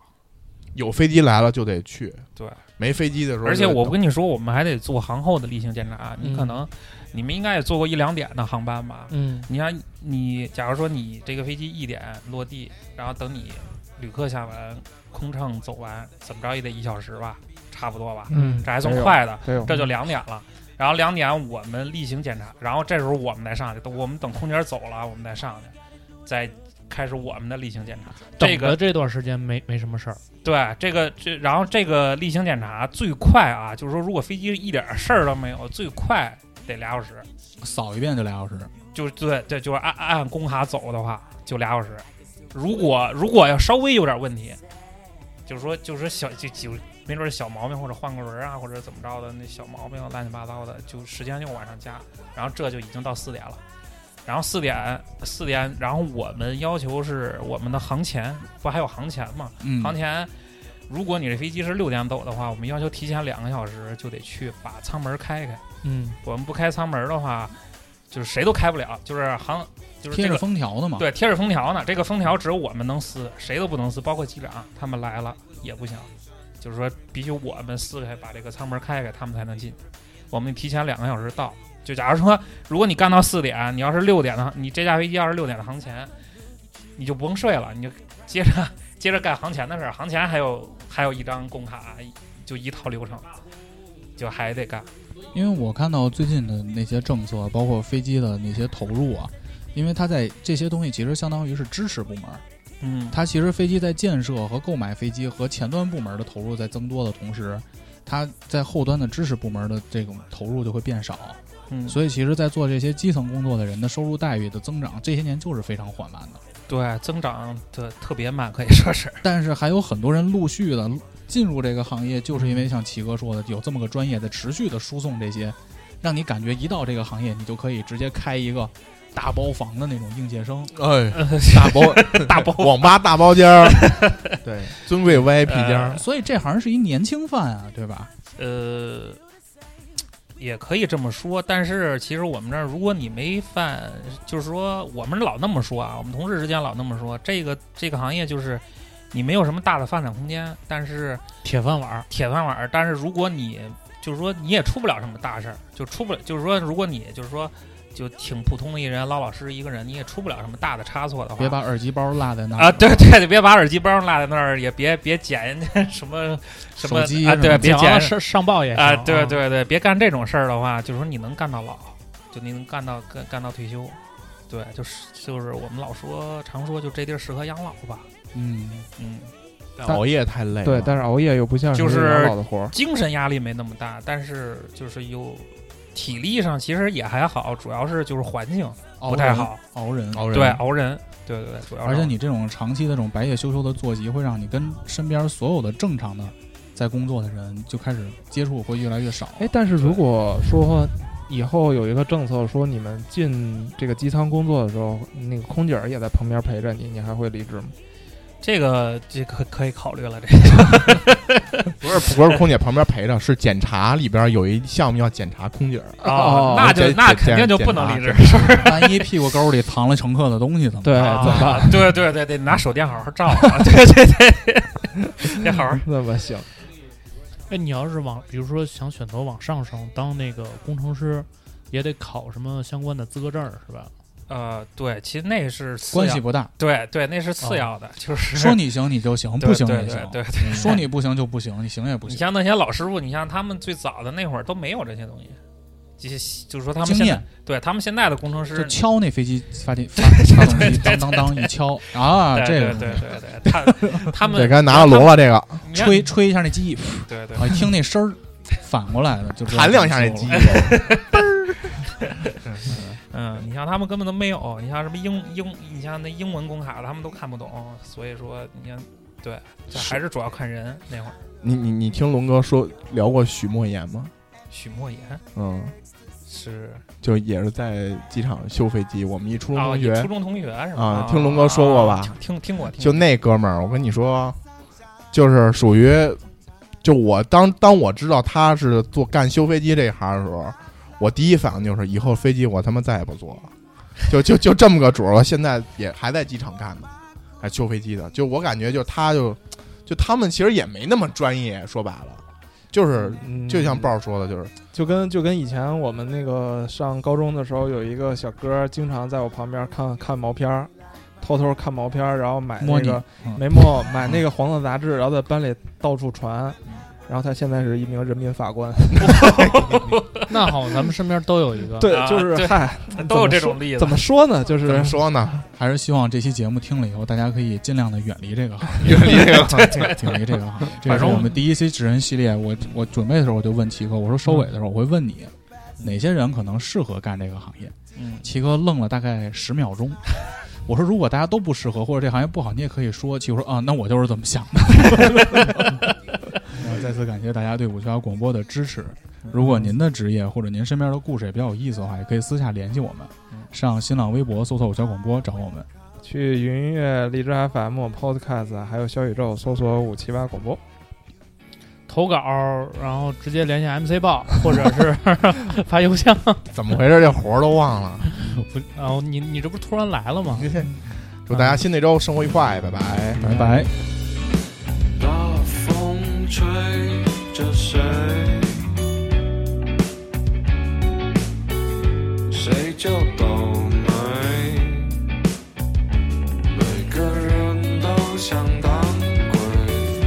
有飞机来了就得去，对，没飞机的时候就而得且等，我跟你说，我们还得做航后的例行检查，啊你可嗯能你们应该也坐过一两点的航班吧？嗯，你像你，假如说你这个飞机一点落地，然后等你旅客下完空乘走完，怎么着也得一小时吧，差不多吧，嗯这还算快的，哦对，这就两点了。然后两点我们例行检查，然后这时候我们再上去，等我们等空姐走了，我们再上去，再开始我们的例行检查。这等着个这段时间没没什么事儿，对，这个这，然后这个例行检查最快啊，就是说如果飞机一点事儿都没有，最快得俩小时。扫一遍就俩小时。就是对对，就是按按工卡走的话，就俩小时。如果如果要稍微有点问题，就是说就是说小就就没准儿小毛病或者换个轮儿啊或者怎么着的那小毛病啊乱七八糟的，就时间就往上加。然后这就已经到四点了，然后四点四点，然后我们要求是我们的航前不还有航前吗？嗯，航前，如果你这飞机是六点走的话，我们要求提前两个小时就得去把舱门开开。嗯，我们不开舱门的话，就是谁都开不了，就是航就是贴这着个封条的嘛。对贴着封条呢。这个封条只有我们能撕，谁都不能撕，包括机长他们来了也不行。就是说，必须我们撕开，把这个舱门开开，他们才能进。我们提前两个小时到。就假如说，如果你干到四点，你要是六点的，你这架飞机要是六点的航前，你就甭睡了，你就接着 接着干航前的事儿。航前还有还有一张工卡，就一套流程，就还得干。因为我看到最近的那些政策，包括飞机的那些投入啊，因为它在这些东西其实相当于是支持部门，嗯，它其实飞机在建设和购买飞机和前端部门的投入在增多的同时，它在后端的支持部门的这种投入就会变少，嗯，所以其实，在做这些基层工作的人的收入待遇的增长，这些年就是非常缓慢的。对，增长的特别慢，可以说是。但是还有很多人陆续的进入这个行业，就是因为像齐哥说的，有这么个专业在持续的输送这些，让你感觉一到这个行业，你就可以直接开一个大包房的那种应届生。哎 大包大包网吧大包间儿，对，尊贵 VIP 间儿呃，所以这行是一年轻饭啊，对吧？呃，也可以这么说，但是其实我们这儿，如果你没犯，就是说我们老那么说啊，我们同事之间老那么说，这个这个行业就是你没有什么大的发展空间，但是铁饭碗儿，铁饭碗儿，但是如果你就是说你也出不了什么大事儿，就出不了，就是说如果你就是说就挺普通的一人，老老实实一个人，你也出不了什么大的差错的话，别把耳机包落在那儿啊，对对对，别把耳机包落在那儿，也别别捡人家什么什么手机啊，什么对，别讲捡了人上上报也行啊，对，对对，别干这种事儿的话，就是说你能干到老，就你能干到干干到退休，对，就是就是我们老说常说，就这地儿适合养老吧，嗯，嗯，熬夜太累了。对，但是熬夜又不像就是养老的活儿。精神压力没那么大，但是就是有体力上其实也还好，主要是就是环境不太好，熬人。熬人对熬人，对对对，主要是而且你这种长期的这种白夜羞羞的作息，会让你跟身边所有的正常的在工作的人就开始接触会越来越少。哎，但是如果说以后有一个政策说你们进这个机舱工作的时候，那个空姐儿也在旁边陪着你，你还会离职吗？ 这个这可可以考虑了，这不是不是空姐旁边陪着，是检查里边有一项目要检查空姐儿，个 啊，那就这那这肯定就这不能离职这，万一屁股沟里藏了乘客的东西哎怎么办？对，啊怎么办？ 对对对，得拿手电好好 照啊，对对对， 得好好那么行，哎，你要是往，比如说想选择往上升，当那个工程师，也得考什么相关的资格证儿是吧？ 呃，对，其实那是次关要系不大。对对，那是次要的，就是说你行你就行，对不行对也对行。嗯对对说你不行就不行，你行也不你行。像那些老师傅，你像他们最早的那会儿都没有这些东西，这些就是说他们经现在验对他们现在的工程师就，敲那飞机发电发发动机，当当当一敲啊，对这个对对对对，他他 这们该拿到笼了，这个你看吹吹一下那机翼，对 对啊，一听那声儿反过来的就知道弹两下那机怎翼么，嗯，你像他们根本都没有，你像什么英英，你像那英文工卡他们都看不懂，所以说你看对，这还是主要看人那会儿。你你你听龙哥说聊过许墨言吗？许墨言嗯，是就也是在机场修飞机，我们一初中啊，同你学初中同学是吧？啊听龙哥说过吧啊听听过，听过就那哥们儿，我跟你说，就是属于，就我当当我知道他是做干修飞机这一行的时候，我第一反应就是以后飞机我他妈再也不做了，就就就这么个主儿，我现在也还在机场干呢，还修飞机的，就我感觉就他就就他们其实也没那么专业，说白了，就是嗯就像豹儿说的，就是就跟就跟以前我们那个上高中的时候，有一个小哥儿经常在我旁边看看毛片儿，偷偷看毛片儿，然后买摸那你个嗯没摸买那个黄色杂志，然后在班里到处传。然后他现在是一名人民法官，那好，咱们身边都有一个。， 对啊，就是对嗨， 都有这种例子怎。么说呢？就是啊怎么说呢？还是希望这期节目听了以后，大家可以尽量的远离这个行业，远离 这个远离这个行业。这也反是正我们第一期纸人系列，我我准备的时候我就问奇哥，我说收尾的时候我会问你，哪些人可能适合干这个行业？嗯，奇哥愣了大概十秒钟。 我说，如果大家都不适合，或者这行业不好，你也可以说。奇哥说啊，那我就是这么想的。然后再次感谢大家对五七八广播的支持。如果您的职业或者您身边的故事也比较有意思的话，也可以私下联系我们，上新浪微博搜索“五七八广播”找我们。去云音乐、荔枝 FM、Podcast，还有小宇宙搜索五七八广播。投稿，然后直接联系 MC 报，或者是 发邮箱。 怎么回事？这活儿都忘了。然后你你这不是突然来了吗？祝大家新的一周生活愉快，拜拜。拜拜。大风吹着谁？谁叫倒霉？每个人都想当鬼，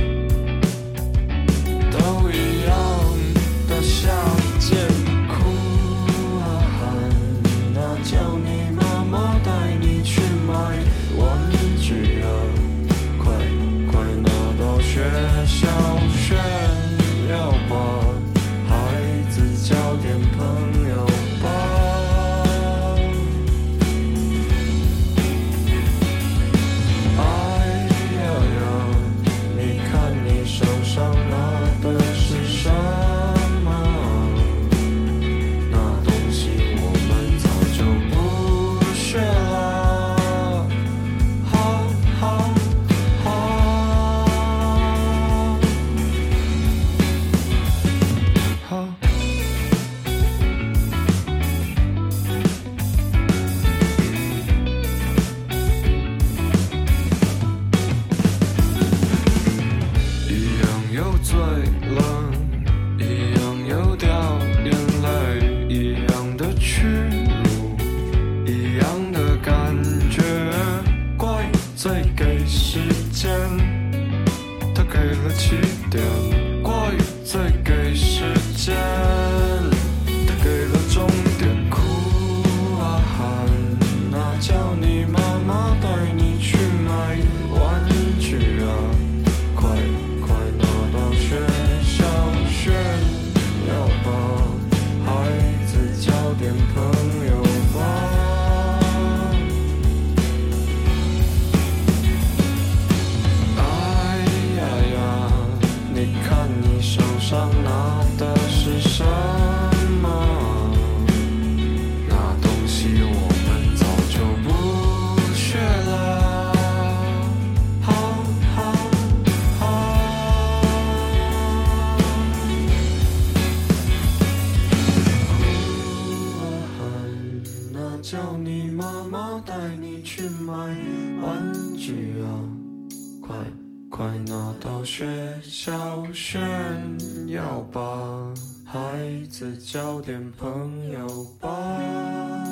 都一样的相见哭啊喊。那叫你妈妈带你去买玩具啊！快快拿到学校炫耀吧，孩子交点朋友吧。哎呀呀，你看你手上拿的是什么啊？那东西我们早就不学了，哈哈。好，好。一样又醉了，一样又掉眼泪，一样的屈辱。一样的感觉，怪罪给时间，它给了起点；怪罪给时间，它给了终点。哭啊喊啊，叫你妈妈带你去买玩具啊！快快拿到学校炫耀吧，孩子你妈妈带你去买玩具啊，快快拿到学校炫耀吧，孩子交点朋友吧。